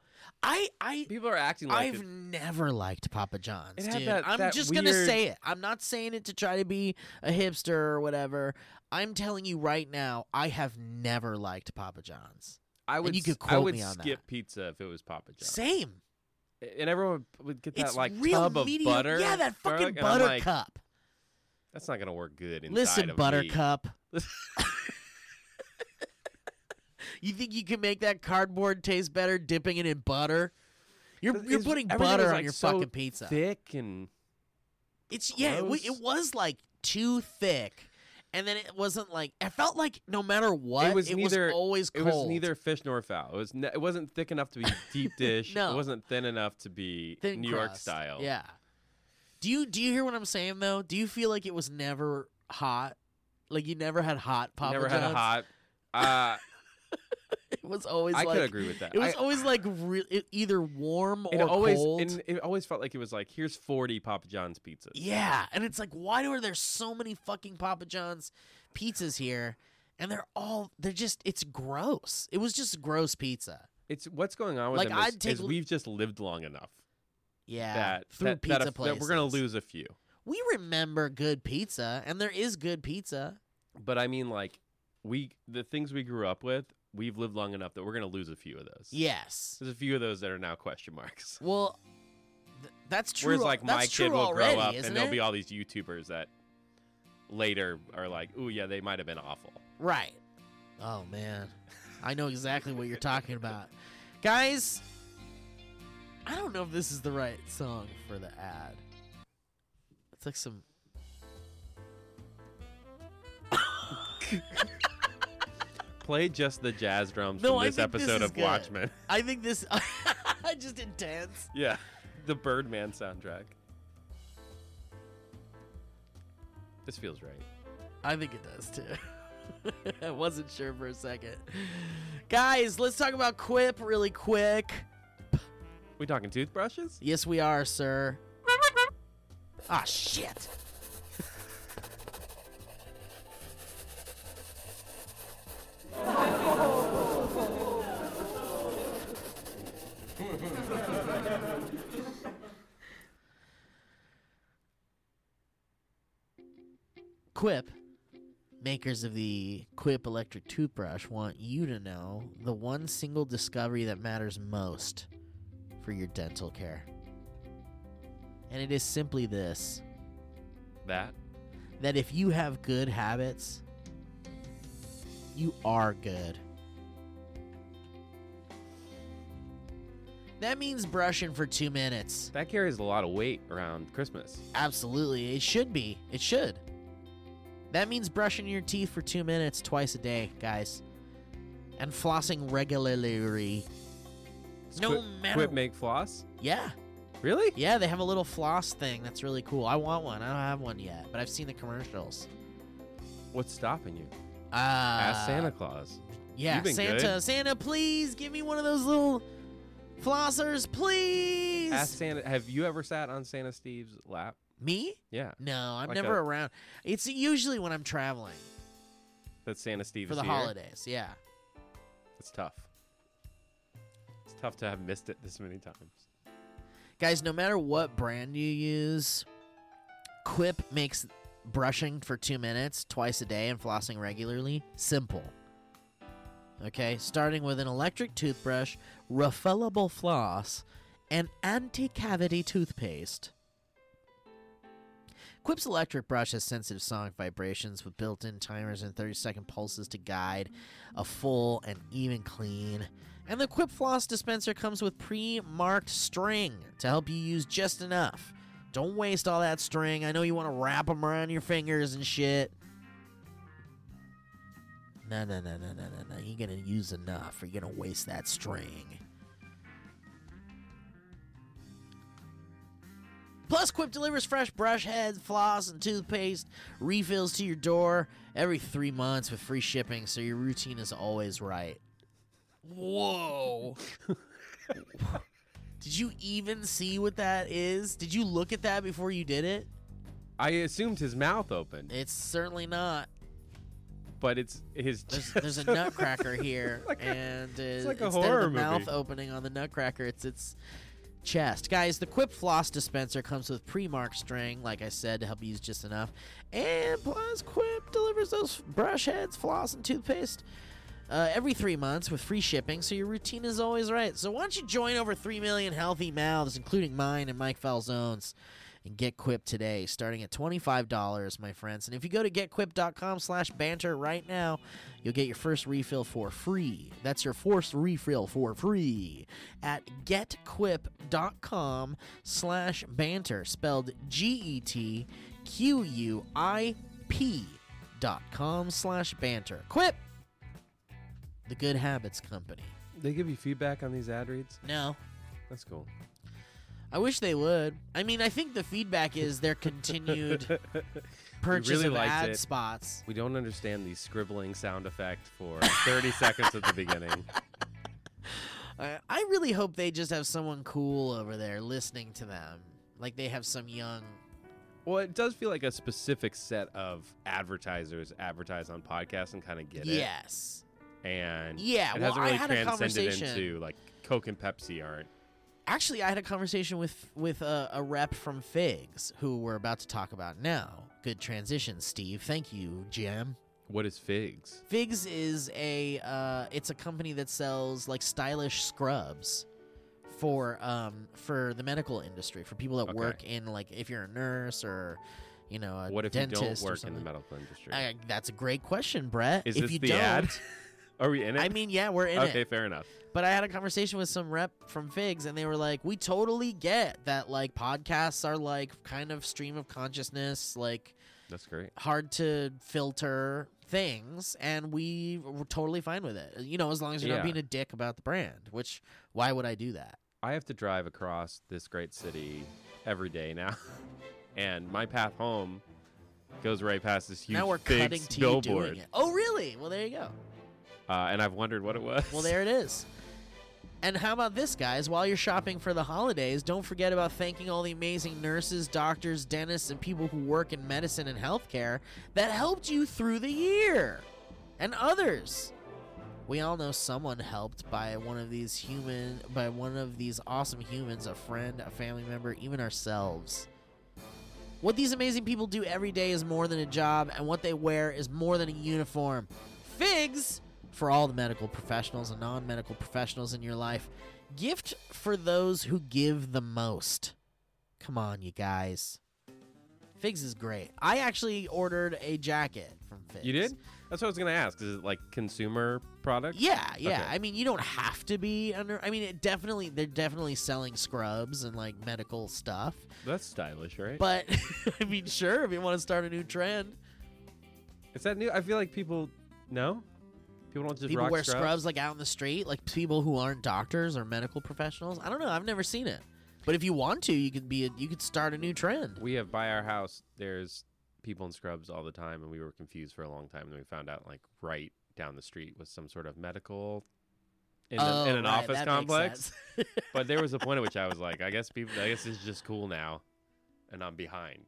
I I People are acting like I've it- never liked Papa John's, It had dude. that- I'm that just gonna weird- say it. I'm not saying it to try to be a hipster or whatever. I'm telling you right now, I have never liked Papa John's. I would you could s- I quote would me on skip that. pizza if it was Papa John's. Same. and everyone would get that it's like real tub of meaty- butter. Yeah, that garlic, fucking and I'm butter like, cup. That's not gonna work good inside Listen, of me." Buttercup. you think you can make that cardboard taste better dipping it in butter? You're, 'Cause you're it's- putting everything butter was, on like, your so fucking pizza. Thick and It's yeah, it, wa- Gross. it was like too thick, and then it wasn't like I felt like no matter what, It was neither- always it cold. was neither fish nor fowl. It was ne- it wasn't thick enough to be deep dish. No. It wasn't thin enough to be Thin New York crust. style. Yeah. Do you do you hear what I'm saying though? Do you feel like it was never hot? Like you never had hot Papa Never John's. had a hot. Uh, It was always I like could agree with that. it was I- always like re- it- either warm it or always cold. and it always felt like it was like here's 40 Papa John's pizzas. yeah, and it's like why are there so many fucking Papa John's pizzas here? And they're all they're just it's gross. It was just gross pizza. It's what's going on with Like, them is, I'd take is l- we've just lived long enough Yeah, that through that, pizza that, if- that we're gonna places. lose a few. We remember good pizza, and there is good pizza. But I mean, like we the things we grew up with, we've lived long enough that we're gonna lose a few of those. Yes. there's a few of those that are now question marks. Well, th- that's true. Whereas like that's my true kid will already, grow up isn't and there'll it? be all these YouTubers that later are like, oh yeah, they might have been awful. Right. Oh man, I know exactly what you're talking about, guys. I don't know if this is the right song for the ad. It's like some. Play just the jazz drums No, from I this think this episode is of good. Watchmen. I think this. just intense. yeah, the Birdman soundtrack. This feels right. I think it does too. I wasn't sure for a second. Guys, let's talk about Quip really quick. We talking toothbrushes? Yes, we are, sir. Ah, shit. Quip, makers of the Quip electric toothbrush, want you to know the one single discovery that matters most for your dental care. And it is simply this That? that if you have good habits, you are good. That means brushing for two minutes. That carries a lot of weight around Christmas. Absolutely. It should be. It should. That means brushing your teeth for two minutes twice a day, guys. And flossing regularly. Does No Quip, matter- Quip make floss? Yeah. Really? Yeah, they have a little floss thing that's really cool. I want one. I don't have one yet, but I've seen the commercials. What's stopping you? Uh, Ask Santa Claus. Yeah, You've been Santa, good. Santa, please give me one of those little flossers, please. Ask Santa. Have you ever sat on Santa Steve's lap? me? Yeah, No, I'm Like never a- around. It's usually when I'm traveling that Santa Steve for is the here. holidays. Yeah. It's tough. It's tough to have missed it this many times. Guys, no matter what brand you use, Quip makes brushing for two minutes twice a day and flossing regularly simple. Okay, starting with an electric toothbrush, refillable floss, and anti cavity toothpaste. Quip's electric brush has sensitive sonic vibrations with built in timers and 30 second pulses to guide a full and even clean. And the Quip Floss dispenser comes with pre marked string to help you use just enough. Don't waste all that string. I know you want to wrap them around your fingers and shit. No, no, no, no, no, no, no. You're going to use enough or you're going to waste that string. Plus, Quip delivers fresh brush heads, floss, and toothpaste refills to your door every three months with free shipping, so your routine is always right. Whoa. did you even see what that is? Did you look at that before you did it? I assumed his mouth opened, It's certainly not. but it's his. There's, chest. there's a nutcracker here, like a- and uh, like a instead horror of the movie. mouth opening on the nutcracker, it's its chest. Guys, the Quip Floss dispenser comes with pre-marked string, like I said, to help you use just enough. And plus, Quip delivers those brush heads, floss, and toothpaste uh, every three months with free shipping, so your routine is always right. So why don't you join over three million healthy mouths, including mine and Mike Falzone's, and get Quip today, starting at $25, my friends. And if you go to getquip.com slash banter right now, you'll get your first refill for free. That's your first refill for free at getquip.com slash banter, spelled E G-E-T-Q-U-I-P dot com slash banter. Quip! The Good Habits Company. They give you feedback on these ad reads. No. That's cool. I wish they would. I mean, I think the feedback is their continued purchase really of liked ad it. spots. we don't understand the scribbling sound effect for 30 seconds at the beginning. I, I really hope they just have someone cool over there listening to them. Like they have some young. Well, it does feel like a specific set of advertisers advertise on podcasts and kind of get it. yes. And Yeah. it well, hasn't really I had a transcended conversation. into like Coke and Pepsi aren't. Actually, I had a conversation with with a, a rep from Figs, who we're about to talk about now. Good transition, Steve. Thank you, Jim. What is figs? Figs is a uh, it's a company that sells like stylish scrubs for um for the medical industry for people that Okay. work in like if you're a nurse or you know a What if you dentist don't or work in the something. medical industry? I, that's a great question, Brett. is if this you the don't, ad? Are we in it? I mean, yeah, we're in okay, it. fair enough. But I had a conversation with some rep from Figs, and they were like, "We totally get that. Like podcasts are like kind of stream of consciousness, like That's great. hard to filter things and we were totally fine with it you know as long as you're Yeah. not being a dick about the brand which why would i do that I have to drive across this great city every day now, and my path home goes right past this huge now we're Figs cutting to you billboard. doing it oh really well there you go Uh, and I've wondered what it was. well there it is and how about this guys while you're shopping for the holidays don't forget about thanking all the amazing nurses doctors dentists and people who work in medicine and healthcare that helped you through the year and others we all know someone helped by one of these human by one of these awesome humans a friend a family member even ourselves what these amazing people do every day is more than a job and what they wear is more than a uniform figs for all the medical professionals and non-medical professionals in your life gift for those who give the most come on you guys figs is great i actually ordered a jacket from figs You did? That's what I was gonna ask. Is it like consumer product? yeah, yeah. Okay. I mean, you don't have to be under. I mean, it definitely they're definitely selling scrubs and like medical stuff. That's stylish, right? But I mean, sure, if you want to start a new trend, is that new? I feel like people no. People don't just people rock wear scrubs? like out in the street, like people who aren't doctors or medical professionals. I don't know. I've never seen it. But if you want to, you could be a, you could start a new trend. We have by our house. There's people in scrubs all the time, and we were confused for a long time. And we found out like right down the street was some sort of medical in, oh, an, in an right, office that makes complex. sense. but there was a point at which I was like, I guess people, I guess it's just cool now, and I'm behind.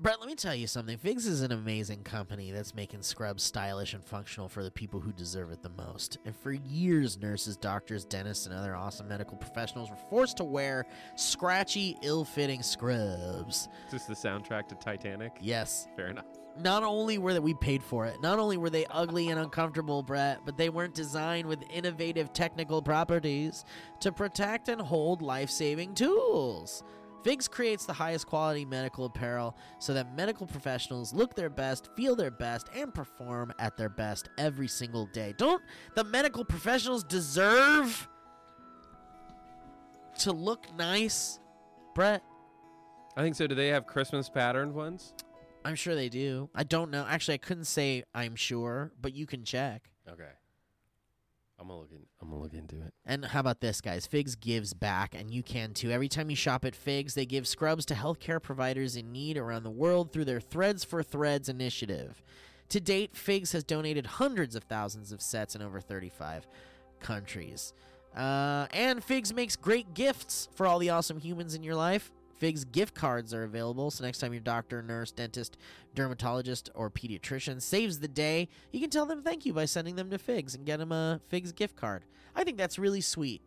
Brett, let me tell you something. Figs is an amazing company that's making scrubs stylish and functional for the people who deserve it the most. And for years, nurses, doctors, dentists, and other awesome medical professionals were forced to wear scratchy, ill fitting scrubs. Is this the soundtrack to Titanic? Yes, Fair enough. not only were that we paid for it, not only were they ugly and uncomfortable, Brett, but they weren't designed with innovative technical properties to protect and hold life-saving tools. Figs creates the highest quality medical apparel so that medical professionals look their best, feel their best, and perform at their best every single day. Don't the medical professionals deserve to look nice, Brett? I think so. Do they have Christmas patterned ones? I'm sure they do. I don't know. Actually, I couldn't say I'm sure, but you can check. Okay. I'm gonna look in, I'm gonna look into it. And how about this, guys? Figs gives back, and you can too. Every time you shop at Figs, they give scrubs to healthcare providers in need around the world through their Threads for Threads initiative. To date, Figs has donated hundreds of thousands of sets in over 35 countries. Uh, and Figs makes great gifts for all the awesome humans in your life. Figs gift cards are available, so next time your doctor, nurse, dentist, dermatologist, or pediatrician saves the day, you can tell them thank you by sending them to Figs and get them a Figs gift card. I think that's really sweet.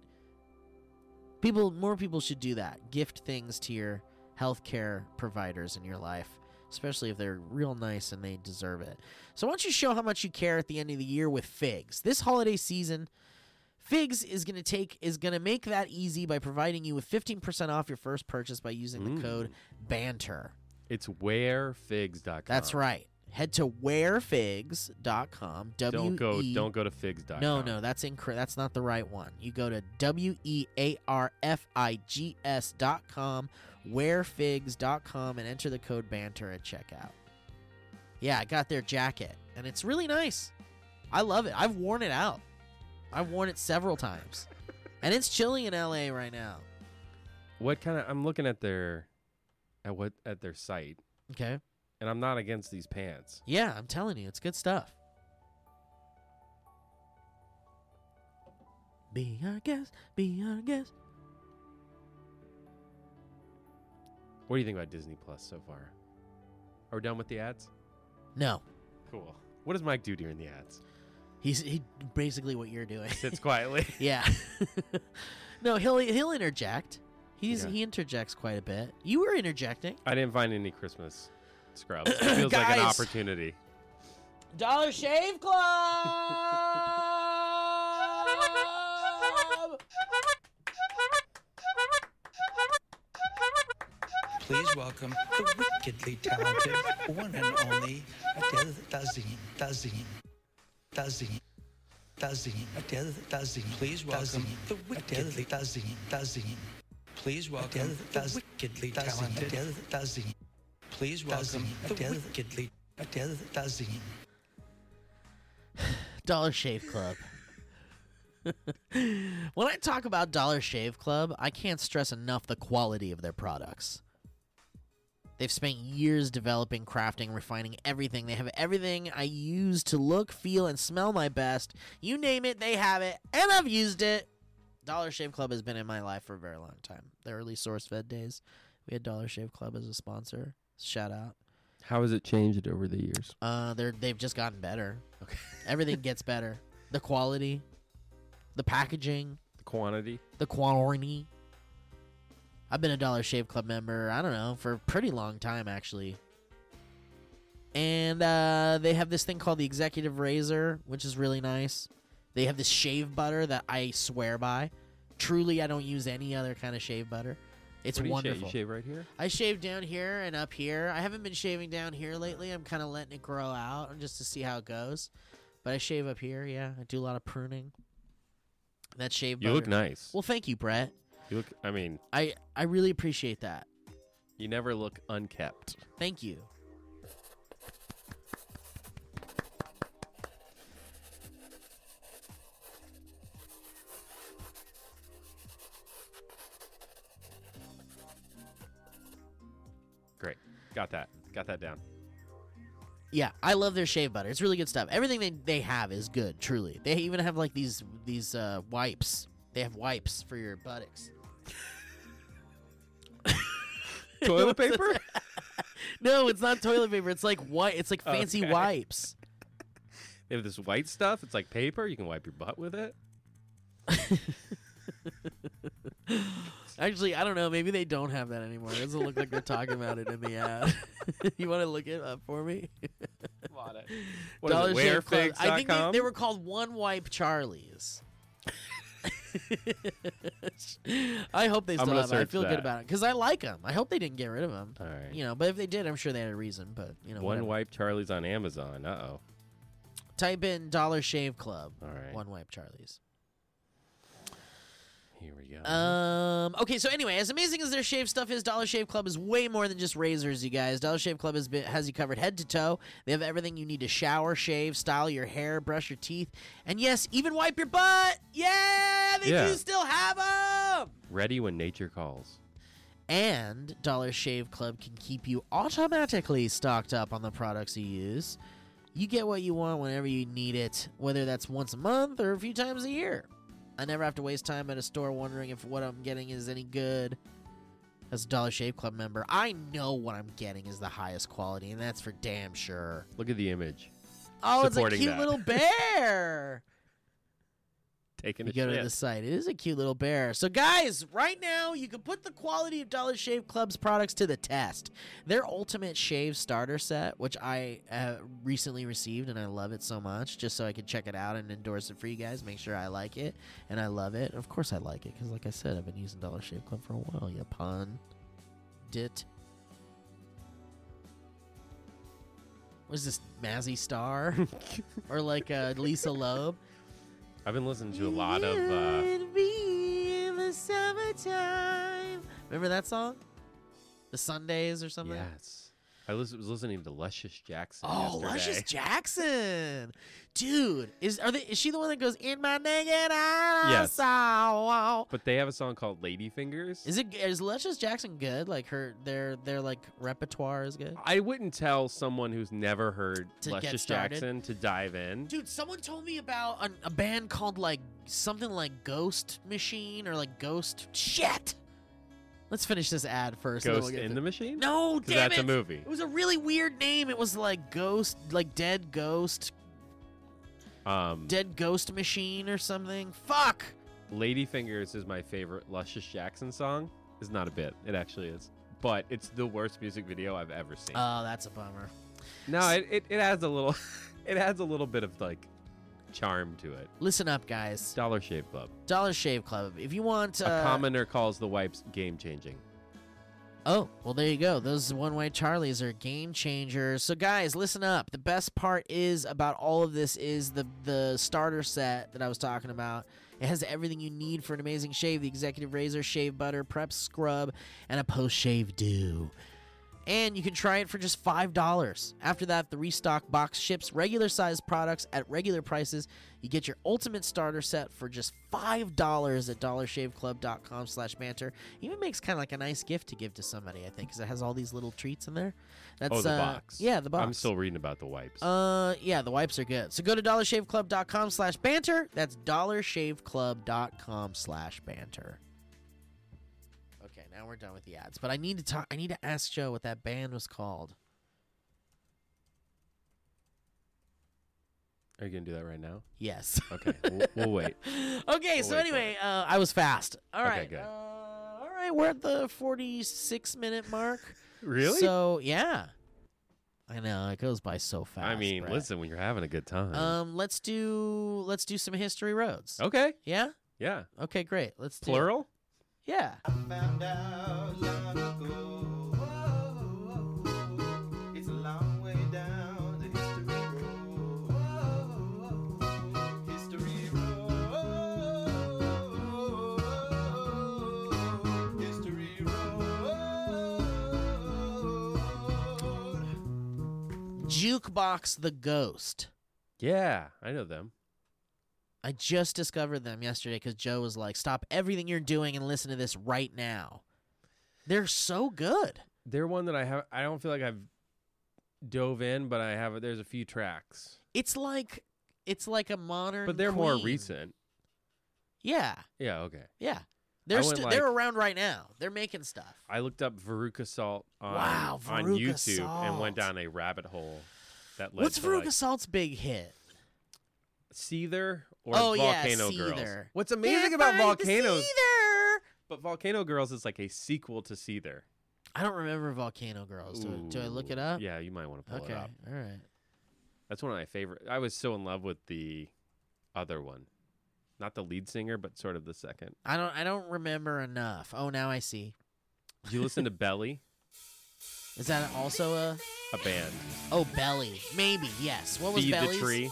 People, more people should do that. Gift things to your healthcare providers in your life, especially if they're real nice and they deserve it. So, why don't you show how much you care at the end of the year with Figs? This holiday season, Figs is going to take is going to make that easy by providing you with 15% off your first purchase by using the Mm. code BANTER. It's wherefigs.com. That's right. Head to wearfigs.com. Don't go. W E- Don't go to figs.com. no, no, that's incorrect. That's not the right one. You go to w e a r f i g s dot com, wearfigs dot com, and enter the code banter at checkout. Yeah, I got their jacket, and it's really nice. I love it. I've worn it out. I've worn it several times, and it's chilly in L.A. right now. What kind of? I'm looking at their, at what at their site, Okay. and I'm not against these pants. Yeah, I'm telling you, it's good stuff. Be our guest. Be our guest. What do you think about Disney Plus so far? Are we done with the ads? No, Cool. What does Mike do during the ads? he's he basically what you're doing. Sits quietly. yeah. no, he'll he'll interject. He's Yeah. he interjects quite a bit. You were interjecting. I didn't find any Christmas scrubs. It feels like an Guys. opportunity. Dollar Shave Club. Please welcome the wickedly talented one and only Adele Dazin. Dazin. Dazin. Dazin. Adele Dazin. Please welcome the wickedly Dazin. Dazin. Please welcome the wickedly talented Adele Dazin. Please welcome the wickedly Adele Dazin. Dollar Shave Club. when I talk about Dollar Shave Club, I can't stress enough the quality of their products. They've spent years developing, crafting, refining everything. They have everything I use to look, feel, and smell my best. You name it, they have it, and I've used it. Dollar Shave Club has been in my life for a very long time. The early SourceFed days, we had Dollar Shave Club as a sponsor. Shout out. How has it changed over the years? Uh, they're they've just gotten better. Okay. Everything gets better. The quality, the packaging, The quantity. the quantity. I've been a Dollar Shave Club member, I don't know, for a pretty long time actually. And uh, they have this thing called the Executive Razor, which is really nice. They have this shave butter that I swear by. Truly, I don't use any other kind of shave butter. It's What do you shave? wonderful. You shave right here. I shave down here and up here. I haven't been shaving down here lately. I'm kind of letting it grow out just to see how it goes. But I shave up here. Yeah, I do a lot of pruning. That shave. You look butter- nice. Well, thank you, Brett. You look. I mean, I I really appreciate that. you never look unkept. Thank you. Great. Got that. Got that down. Yeah, I love their shave butter. It's really good stuff. Everything they, they have is good, truly. They even have like these these uh, wipes. They have wipes for your buttocks. Toilet paper. No, it's not toilet paper. It's like white. It's like fancy Okay. wipes. They have this white stuff. It's like paper. You can wipe your butt with it. Actually, I don't know. Maybe they don't have that anymore. It doesn't look like they're talking about it in the ad. you want to look it up for me? What is it, Shave Club. I think they, wearfigs.com? they were called One Wipe Charlies. I hope they I'm still gonna have. 'em. I search feel good that. about it because I like them. I hope they didn't get rid of them. All right. You know, but if they did, I'm sure they had a reason. But you know, One Oh, whatever. wipe Charlie's on Amazon. Uh oh. Type in Dollar Shave Club. All right. One Wipe Charlies. Here we go. Um. Okay. So anyway, as amazing as their shave stuff is, Dollar Shave Club is way more than just razors, you guys. Dollar Shave Club has been, has you covered head to toe. They have everything you need to shower, shave, style your hair, brush your teeth, and yes, even wipe your butt. Yeah, they Yeah. do still have them. Ready when nature calls. And Dollar Shave Club can keep you automatically stocked up on the products you use. You get what you want whenever you need it, whether that's once a month or a few times a year. I never have to waste time at a store wondering if what I'm getting is any good. As a Dollar Shave Club member, I know what I'm getting is the highest quality, and that's for damn sure. Look at the image. Oh, it's a Supporting cute that. little bear. Taking You a go to shit. the site. It is a cute little bear. So, guys, right now you can put the quality of Dollar Shave Club's products to the test. Their Ultimate Shave Starter Set, which I uh, recently received and I love it so much, just so I could check it out and endorse it for you guys, make sure I like it. And I love it. Of course, I like it because, like I said, I've been using Dollar Shave Club for a while. You pun. Dit. Was this Mazzy Star or like uh, Lisa Loeb? I've been listening to a lot of. Uh, You'd be in the summertime. Remember that song? The Sundays or something? yes. I lis- was listening to Luscious Jackson. Oh, yesterday. Luscious Jackson, dude, is are they? Is she the one that goes in my naked eye? Yes. Yes. But they have a song called Lady Fingers. Is it is Luscious Jackson good? Like her their their like repertoire is good. I wouldn't tell someone who's never heard To get Luscious started. Jackson to dive in. Dude, someone told me about an, a band called like something like Ghost Machine or like Ghost Shit. Let's finish this ad first. and then Ghost we'll get in to- the Machine? No, 'Cause damn that's it! a movie. It was a really weird name. It was like Ghost, like Dead Ghost, Um, Dead Ghost Machine or something. Fuck. Lady Fingers is my favorite Luscious Jackson song. It's not a bit. It actually is. But it's the worst music video I've ever seen. Oh, that's a bummer. no, it, it, it has a little it has a little bit of like charm to it. Listen up, guys. Dollar Shave Club. Dollar Shave Club. If you want uh, a commoner calls the wipes game changing. Oh, well, there you go. Those one way Charlies are game changers. So, guys, listen up. The best part is about all of this is the, the starter set that I was talking about. It has everything you need for an amazing shave the executive razor, shave butter, prep scrub, and a post shave dew. And you can try it for just $5. After that, the restock box ships regular sized products at regular prices. You get your ultimate starter set for just $5 at dollarshaveclub.com slash banter. Even makes kind of like a nice gift to give to somebody, I think, because it has all these little treats in there. That's, oh, the uh, box. Yeah, the box. I'm still reading about the wipes. Uh, yeah, the wipes are good. So go to dollarshaveclub.com slash banter. That's dollarshaveclub.com slash banter. Okay, now we're done with the ads. But I need to talk. I need to ask Joe what that band was called. Are you gonna do that right now? Yes. Okay, we'll, we'll wait. okay. We'll so wait for anyway, uh, I was fast. All Okay, right. good. Uh, all right. We're at the forty-six minute mark. Really? So yeah. I know it goes by so fast. I mean, Brett. listen, when you're having a good time. Um, let's do let's do some history roads. okay. Yeah. Yeah. Okay. Great. Let's do it. Oh. Plural. Yeah. found out long ago. Whoa, it's a long way down the history road. Whoa, history road. History road. Jukebox the Ghost. Yeah, I know them. I just discovered them yesterday because Joe was like, "Stop everything you're doing and listen to this right now." They're so good. They're one that I have. I don't feel like I've dove in, but I have. There's a few tracks, It's like it's like a modern. but they're more Queen. recent. Yeah, Yeah. Okay. yeah. They're went st- like- they're around right now. They're making stuff. I looked up Veruca Salt on Wow, on Veruca YouTube and went Salt. down a rabbit hole that led What's to Veruca like Salt's big hit? Seether or Oh, yeah, Volcano Girls. Seether. What's amazing Can't about find the volcanoes, Seether. but Volcano Girls is like a sequel to Seether. I don't remember Volcano Girls. Do, I- Oh, do I look Ooh. it up? Yeah, you might want to pull Okay. it up. All right. That's one of my favorite. I was so in love with the other one, not the lead singer, but sort of the second. I don't. I don't remember enough. Oh, now I see. Did you listen to Belly, Is that also a? a band? Oh, Belly. Maybe, yes. What was Feed Belly's? the tree.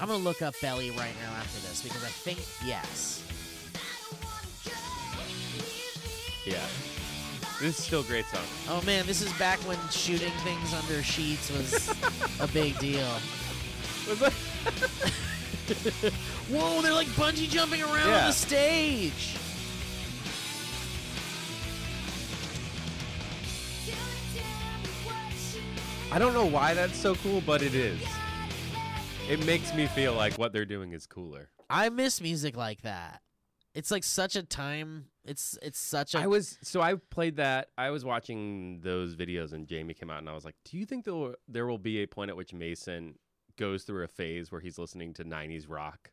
I'm going to look up Belly right now after this because I think yes. Yeah, this is still a great song. Oh man, this is back when shooting things under sheets was a big deal. Was that- Whoa, they're like bungee jumping around on Yeah. the stage. I don't know why that's so cool, but it is. It makes me feel like what they're doing is cooler. I miss music like that. It's like such a time. It's it's such a I was so I played that. I was watching those videos, and Jamie came out, and I was like, "Do you think there will, there will be a point at which Mason goes through a phase where he's listening to '90s rock?"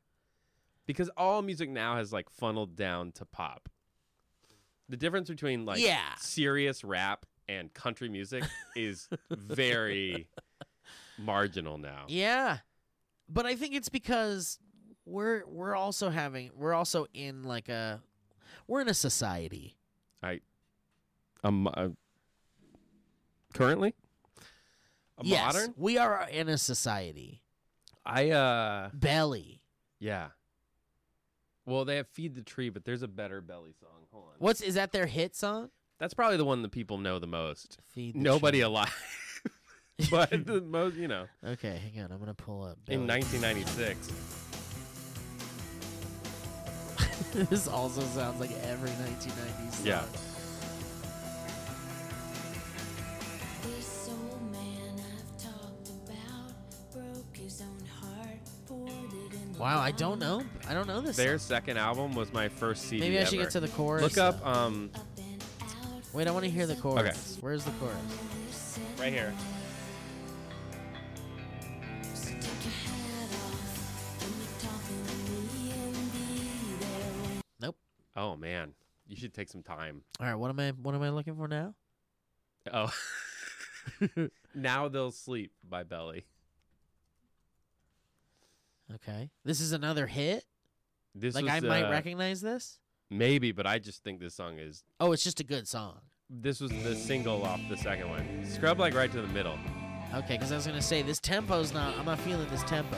Because all music now has like funneled down to pop. The difference between like Yeah. serious rap and country music is very marginal now. Yeah. But I think it's because we're we're also having we're also in like a we're in a society. Um, uh, currently, a yes, modern. we are in a society. I uh. Belly. Yeah. Well, they have Feed the Tree, but there's a better belly song. Hold on. What's is that their hit song? That's probably the one that people know the most. Feed the Nobody children. alive. but the most, you know, Okay, hang on. I'm gonna pull up. in Billy. 1996. this also sounds like every 1990s. Song. Yeah. This old man I've talked about broke his own heart, poured it in the Wow, I don't wrong, know. I don't know this. Their song. second album was my first CD. Maybe I should ever. get to the chorus. Look up. though. Um, Up and out. Wait, I want to hear the chorus. Where's the chorus? right here. So take your hat off. Don't be talking to me and be there when Nope. Oh man, you should take some time. All right, what am I? What am I looking for now? Oh. now they'll sleep by Belly. Okay, this is another hit. This like was, I might uh, recognize this. maybe, but I just think this song is. Oh, it's just a good song. This was the single off the second one. Scrub like right to the middle. Okay, because I was gonna say this tempo's not. I'm not feeling this tempo.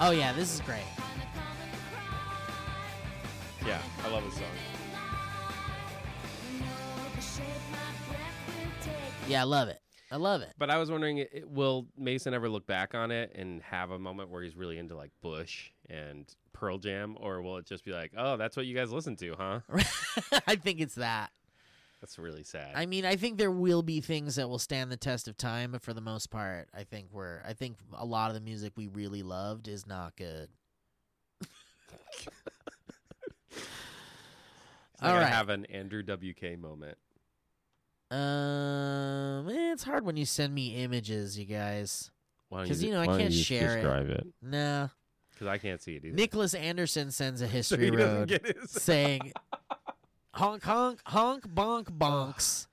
Oh yeah, this is great. Yeah, I love this song. Yeah, I love it. I love it. But I was wondering, i- i- will Mason ever look back on it and have a moment where he's really into like Bush and Pearl Jam, or will it just be like, oh, that's what you guys listen to, huh? I think it's that. That's really sad. I mean, I think there will be things that will stand the test of time, but for the most part, I think we're. I think a lot of the music we really loved is not good. It's like all I right. have an Andrew WK moment. Um, eh, it's hard when you send me images, you guys. Why don't 'Cause, d- you know, I why don't can't you share it. describe it Nah. because I can't see it either. Nicholas Anderson sends a so history he doesn't road. get his. saying honk honk honk bonk bonks.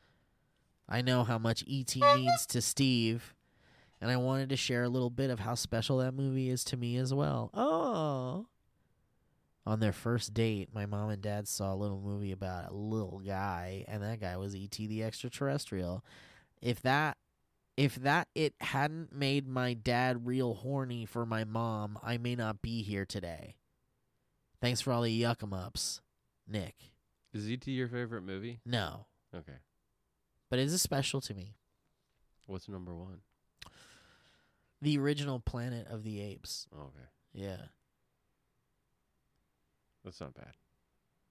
I know how much ET means to Steve, and I wanted to share a little bit of how special that movie is to me as well. Oh. On their first date, my mom and dad saw a little movie about a little guy, and that guy was ET the extraterrestrial. If that if that it hadn't made my dad real horny for my mom, I may not be here today. Thanks for all the yuck 'em ups, Nick. Is ET your favorite movie? No, Okay, but it's special to me. what's number one? The original Planet of the Apes. Oh, okay, Yeah. that's not bad.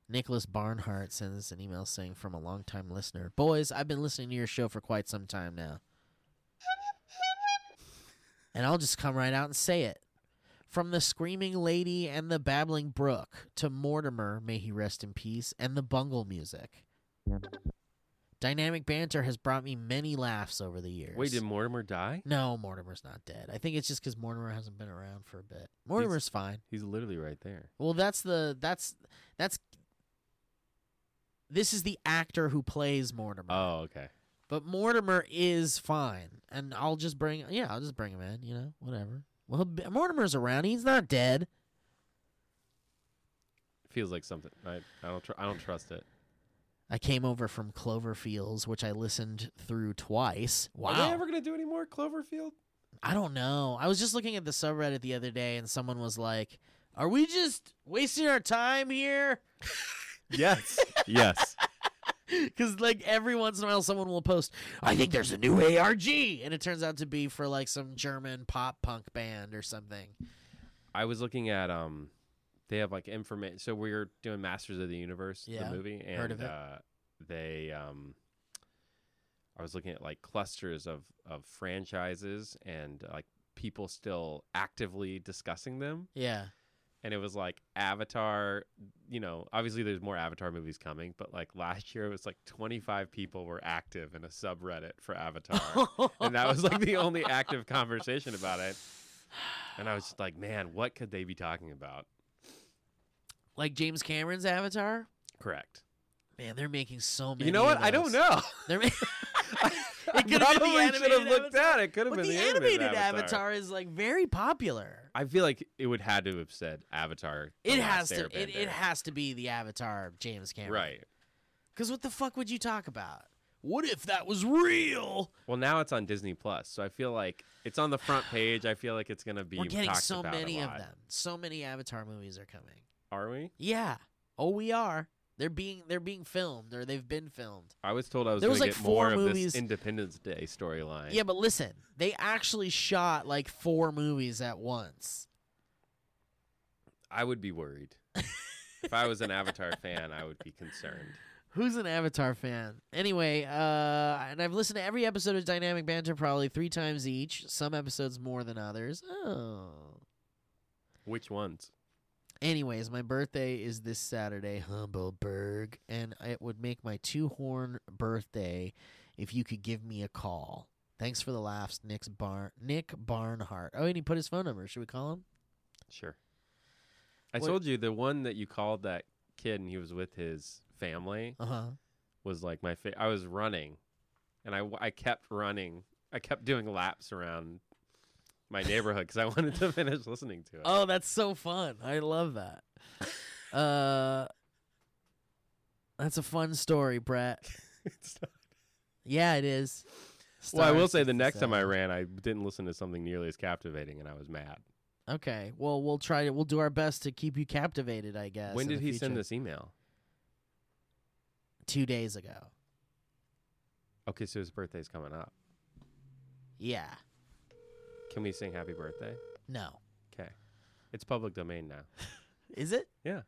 Nicholas Barnhart sends us an email saying, from a longtime listener, Boys, I've been listening to your show for quite some time now. And I'll just come right out and say it. From the Screaming Lady and the Babbling Brook to Mortimer, may he rest in peace, and the Bungle music. Dynamic banter has brought me many laughs over the years. Wait, did Mortimer die? No, Mortimer's not dead. I think it's just because Mortimer hasn't been around for a bit. Mortimer's fine. He's literally right there. Well, that's the that's that's this is the actor who plays Mortimer. Oh, okay. But Mortimer is fine, and I'll just bring yeah, I'll just bring him in. You know, whatever. Well, he'll be- Mortimer's around. He's not dead. Feels like something. I, I don't. Tr- I don't trust it. I came over from Cloverfields, which I listened through twice. Wow. Are they ever gonna do any more Cloverfield? I don't know. I was just looking at the subreddit the other day, and someone was like, "Are we just wasting our time here?" Yes. yes. Because like every once in a while, someone will post, "I think there's a new ARG," and it turns out to be for like some German pop punk band or something. I was looking at um, they have like information. So we were doing Masters of the Universe, Yeah, the movie, and heard of it. uh, they um, I was looking at like clusters of of franchises and like people still actively discussing them, Yeah, and it was like Avatar. You know, obviously there's more Avatar movies coming, but like last year it was like 25 people were active in a subreddit for Avatar, and that was like the only active conversation about it. And I was just like, man, what could they be talking about? like James Cameron's Avatar. Correct. Man, they're making so many. You know what? of I those. don't know. They're ma- I could've been the probably should have animated looked Avatar. at it. Could have but been the animated Avatar. is like very popular. I feel like it would had to have said Avatar. The It has Last to. It, it Airbender. has to be the Avatar of James Cameron. Right. Because what the fuck would you talk about? What if that was real? Well, now it's on Disney Plus, so I feel like it's on the front page. I feel like it's gonna be. We're getting talked so about a many of lot. them. So many Avatar movies are coming. Are we? Yeah. Oh, we are. They're being they're being filmed or they've been filmed. I was told I was There was, gonna like, get more four of movies- this Independence Day storyline. Yeah, but listen, they actually shot like four movies at once. I would be worried. if I was an Avatar fan, I would be concerned. Who's an Avatar fan? Anyway, uh, and I've listened to every episode of Dynamic Banter probably three times each. Some episodes more than others. Oh. Which ones? Anyways, my birthday is this Saturday, Humbleberg, and it would make my two horn birthday if you could give me a call. Thanks for the laughs, Nick's Barn Nick Barnhart. Oh, and he put his phone number. Should we call him? Sure. I What- told you the one that you called that kid and he was with his family Uh huh. was like my fa- I was running and I, w- I kept running. I kept doing laps around my neighborhood because I wanted to finish listening to it. Oh, that's so fun. I love that. Uh, that's a fun story, Brett. It's not- Yeah, it is. well, I will Stars say the next time I 67. ran, I didn't listen to something nearly as captivating and I was mad. Okay. Well, we'll try to. We'll do our best to keep you captivated. I guess. when in the did he send future. this email? Two days ago. Okay, so his birthday's coming up. Yeah. Can we sing happy birthday? No. Okay. It's public domain now. Is it? Yeah.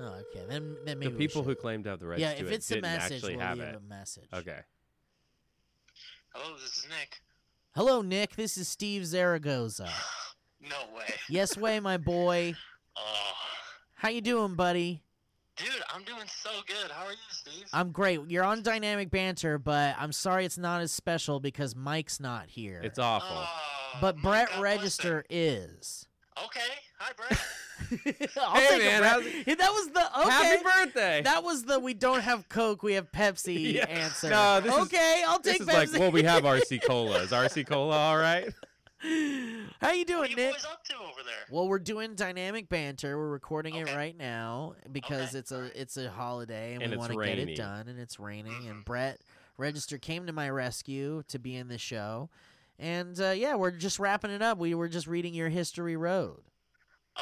Oh, okay. Then, then maybe the we people who should. claim to have the rights yeah, to if it it's a didn't message, actually we'll have leave it. a message. Okay. Hello, Oh, this is Nick. Hello, Nick. This is Steve Zaragoza. No way. yes, way, my boy. Oh, How you doing, buddy? dude, I'm doing so good. How are you, Steve? I'm great. You're on Dynamic Banter, but I'm sorry it's not as special because Mike's not here. It's awful. Oh, but my Brett God, Register is. listen. Okay. Hi, Brett. I'll Hey, take a man, Brett. how's- Hey, that was the Oh. okay. Happy birthday. That was the we don't have Coke, we have Pepsi Yeah. answer. No, this is- okay, I'll this take is Pepsi. like, well, we have RC Cola. Is RC Cola all right? How you what are doing, you Nick? boys up to over there? Well, we're doing dynamic banter. We're recording it Okay. right now because Okay. it's a it's a holiday and, And we it's want to get rainy. it done and it's raining and Brett Register came to my rescue to be in the show. And uh, yeah, we're just wrapping it up. We were just reading your history road.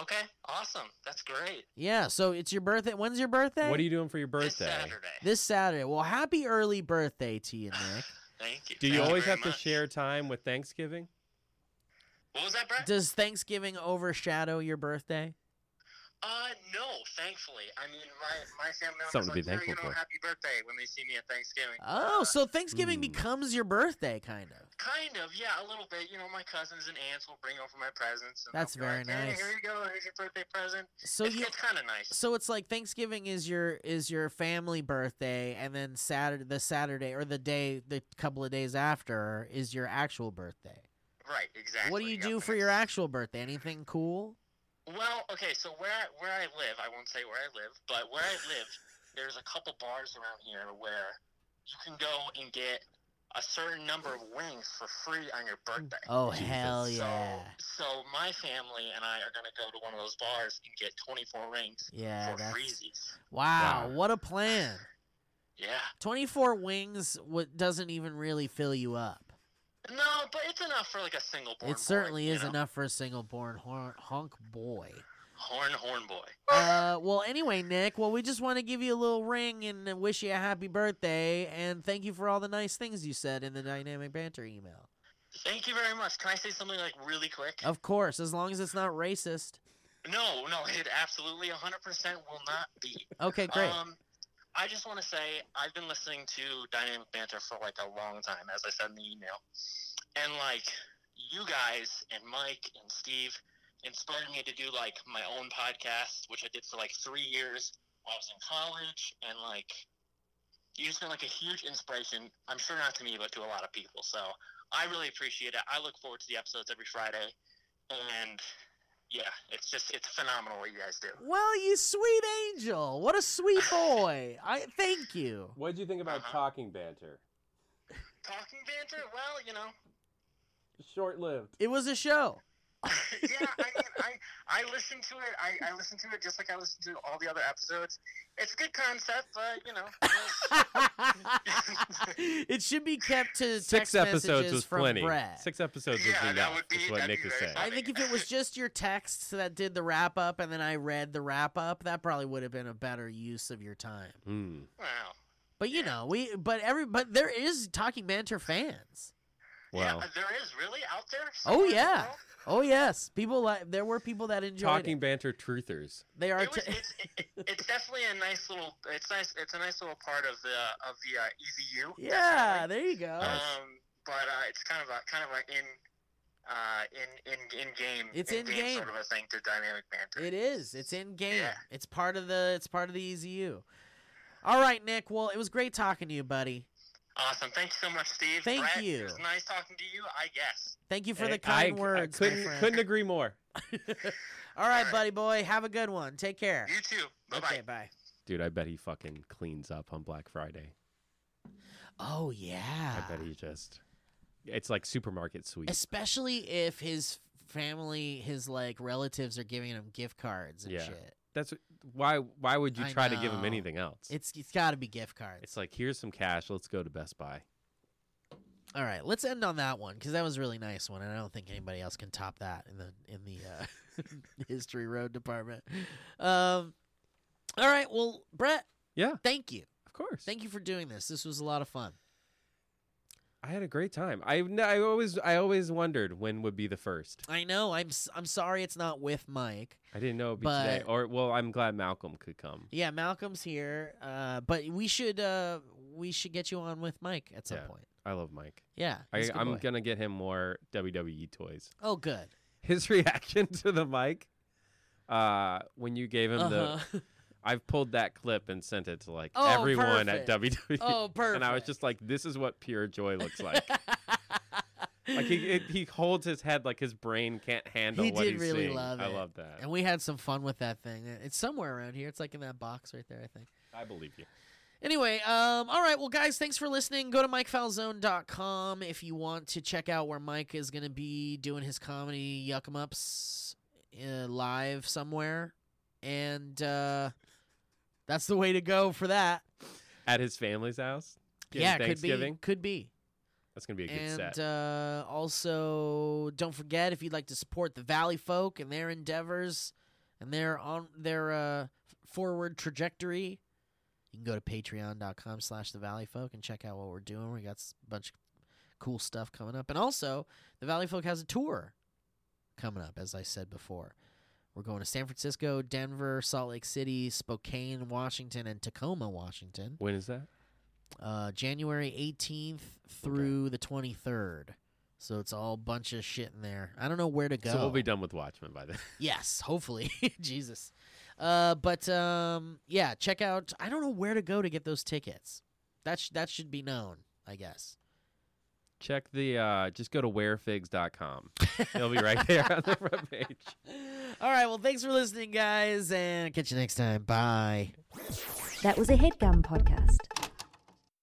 Okay. Awesome. That's great. Yeah, so it's your birthday. When's your birthday? What are you doing for your This birthday? Saturday. This Saturday. Well, happy early birthday to you, Nick. Thank you. Do you Thank always very have to much. share time with Thanksgiving? What was that, Brett? Does Thanksgiving overshadow your birthday? uh, no, thankfully. I mean, my, my family members Something to like, be "Here, you thankful know, for." happy birthday when they see me at Thanksgiving. Oh, Uh, so Thanksgiving Hmm. becomes your birthday, kind of. Kind of, yeah, a little bit. You know, my cousins and aunts will bring over my presents. And That's they'll be very like, "Hey, nice. here you go. Here's your birthday present. So it's you kind of nice. so it's like Thanksgiving is your is your family birthday, and then Saturday the Saturday or the day the couple of days after is your actual birthday. Right, exactly. What do you Yep, do and for your it's- actual birthday? Anything cool? Well, okay, so where I, where I live, I won't say where I live, but where I live, there's a couple bars around here where you can go and get a certain number of wings for free on your birthday. Oh Jesus. hell yeah, So, so my family and I are gonna go to one of those bars and get 24 rings yeah. for That's, freezies. wow, Wow. what a plan! Yeah. Twenty four wings. What doesn't even really fill you up. No, but it's enough for like a single born. it certainly boy, you is know? enough for a single born hon- honk boy. Horn, horn boy. Uh, well, anyway, Nick. Well, we just want to give you a little ring and uh, wish you a happy birthday, and thank you for all the nice things you said in the dynamic banter email. Thank you very much. Can I say something like really quick? Of course, as long as it's not racist. No, no, it absolutely 100% will not be. Okay, great. Um, I just want to say I've been listening to Dynamic Banter for like a long time, as I said in the email, and like you guys and Mike and Steve inspired me to do like my own podcast, which I did for like three years while I was in college, and like you just been like a huge inspiration. I'm sure not to me, but to a lot of people. So I really appreciate it. I look forward to the episodes every Friday, and yeah, it's just it's phenomenal what you guys do. well, you sweet angel. What a sweet boy. I thank you. What did you think about Uh-huh. talking banter? Talking banter? Well, you know, Short lived. It was a show. yeah, I mean, I, I listen to it. I, I listen to it just like I listen to all the other episodes. It's a good concept, but you know, it should be kept to Six text episodes messages was from plenty. Brett. Six episodes Yeah, was that enough. would be- is what that'd Nick be is very saying. I funny. think if it was just your texts that did the wrap up and then I read the wrap up, that probably would have been a better use of your time. Mm. wow. But you know, we but every but there is talking banter fans. Wow. Yeah, there is really out there. Oh somewhere in the yeah. world? Oh yes. People like there were people that enjoyed Talking it. banter truthers. They are It was, t- it's, it, it's definitely a nice little. It's nice. It's a nice little part of the of the uh, EZU. Yeah, there you go. Nice. Um, but uh, it's kind of a kind of a in uh in in in game. It's in-game. sort of a thing to dynamic banter. It is. It's in game. Yeah. It's part of the it's part of the EZU. All right, Nick. Well, it was great talking to you, buddy. Awesome. Thank you so much, Steve. Thank Brett, you. It was nice talking to you. I guess. Thank you for Eh, the kind I- words. I my couldn't, friend. couldn't agree more. All right, buddy boy. Have a good one. Take care. You too. Bye bye. Okay, bye. Dude, I bet he fucking cleans up on Black Friday. Oh yeah. I bet he just. It's like supermarket sweep. Especially if his family, his like relatives are giving him gift cards and Yeah. shit. That's why. Why would you I try to give him know. anything else? It's it's got to be gift cards. It's like here's some cash. Let's go to Best Buy. All right, let's end on that one because that was a really nice one, and I don't think anybody else can top that in the in the uh, history road department. Um, all right, well, Brett, Yeah, thank you, of course. thank you for doing this. This was a lot of fun. I had a great time. I I always I always wondered when would be the first. I know I'm s- I'm sorry it's not with Mike. I didn't know it'd be today. But- Or well, I'm glad Malcolm could come. Yeah, Malcolm's here, uh, but we should uh, we should get you on with Mike at some Yeah. point. I love Mike. Yeah, he's I, a good I'm boy. gonna get him more WWE toys. Oh, good. His reaction to the mic, uh, when you gave him the, Uh-huh. I've pulled that clip and sent it to like Oh, everyone perfect. at WWE. Oh, And I was perfect. just like, this is what pure joy looks like. like he it, he holds his head like his brain can't handle He what did he's really seeing. love I it. love that. And we had some fun with that thing. It's somewhere around here. It's like in that box right there, I think. I believe you. Anyway, um, all right, well, guys, thanks for listening. Go to MikeFalzone.com if you want to check out where Mike is going to be doing his comedy Yuck 'em Ups uh, live somewhere. And uh, that's the way to go for that. At his family's house. during yeah, could be. Thanksgiving. Could be. That's gonna be a good and set. uh, also don't forget if you'd like to support the valley folk and their endeavors and their on their uh, forward trajectory you can go to patreon.com slash the valley folk and check out what we're doing we got s- a bunch of cool stuff coming up and also the valley folk has a tour coming up as i said before we're going to san francisco denver salt lake city spokane washington and tacoma washington when is that? uh, January 18th through the 23rd. So it's all bunch of shit in there. I don't know where to go. So we'll be done with Watchmen by then. Yes, hopefully. Jesus. Uh, but um, yeah, check out. I don't know where to go to get those tickets. That sh- that should be known, I guess. Check the uh just go to wearfigs.com. It'll be right there on the front page. All right. Well, thanks for listening, guys, and catch you next time. Bye. That was a headgum podcast.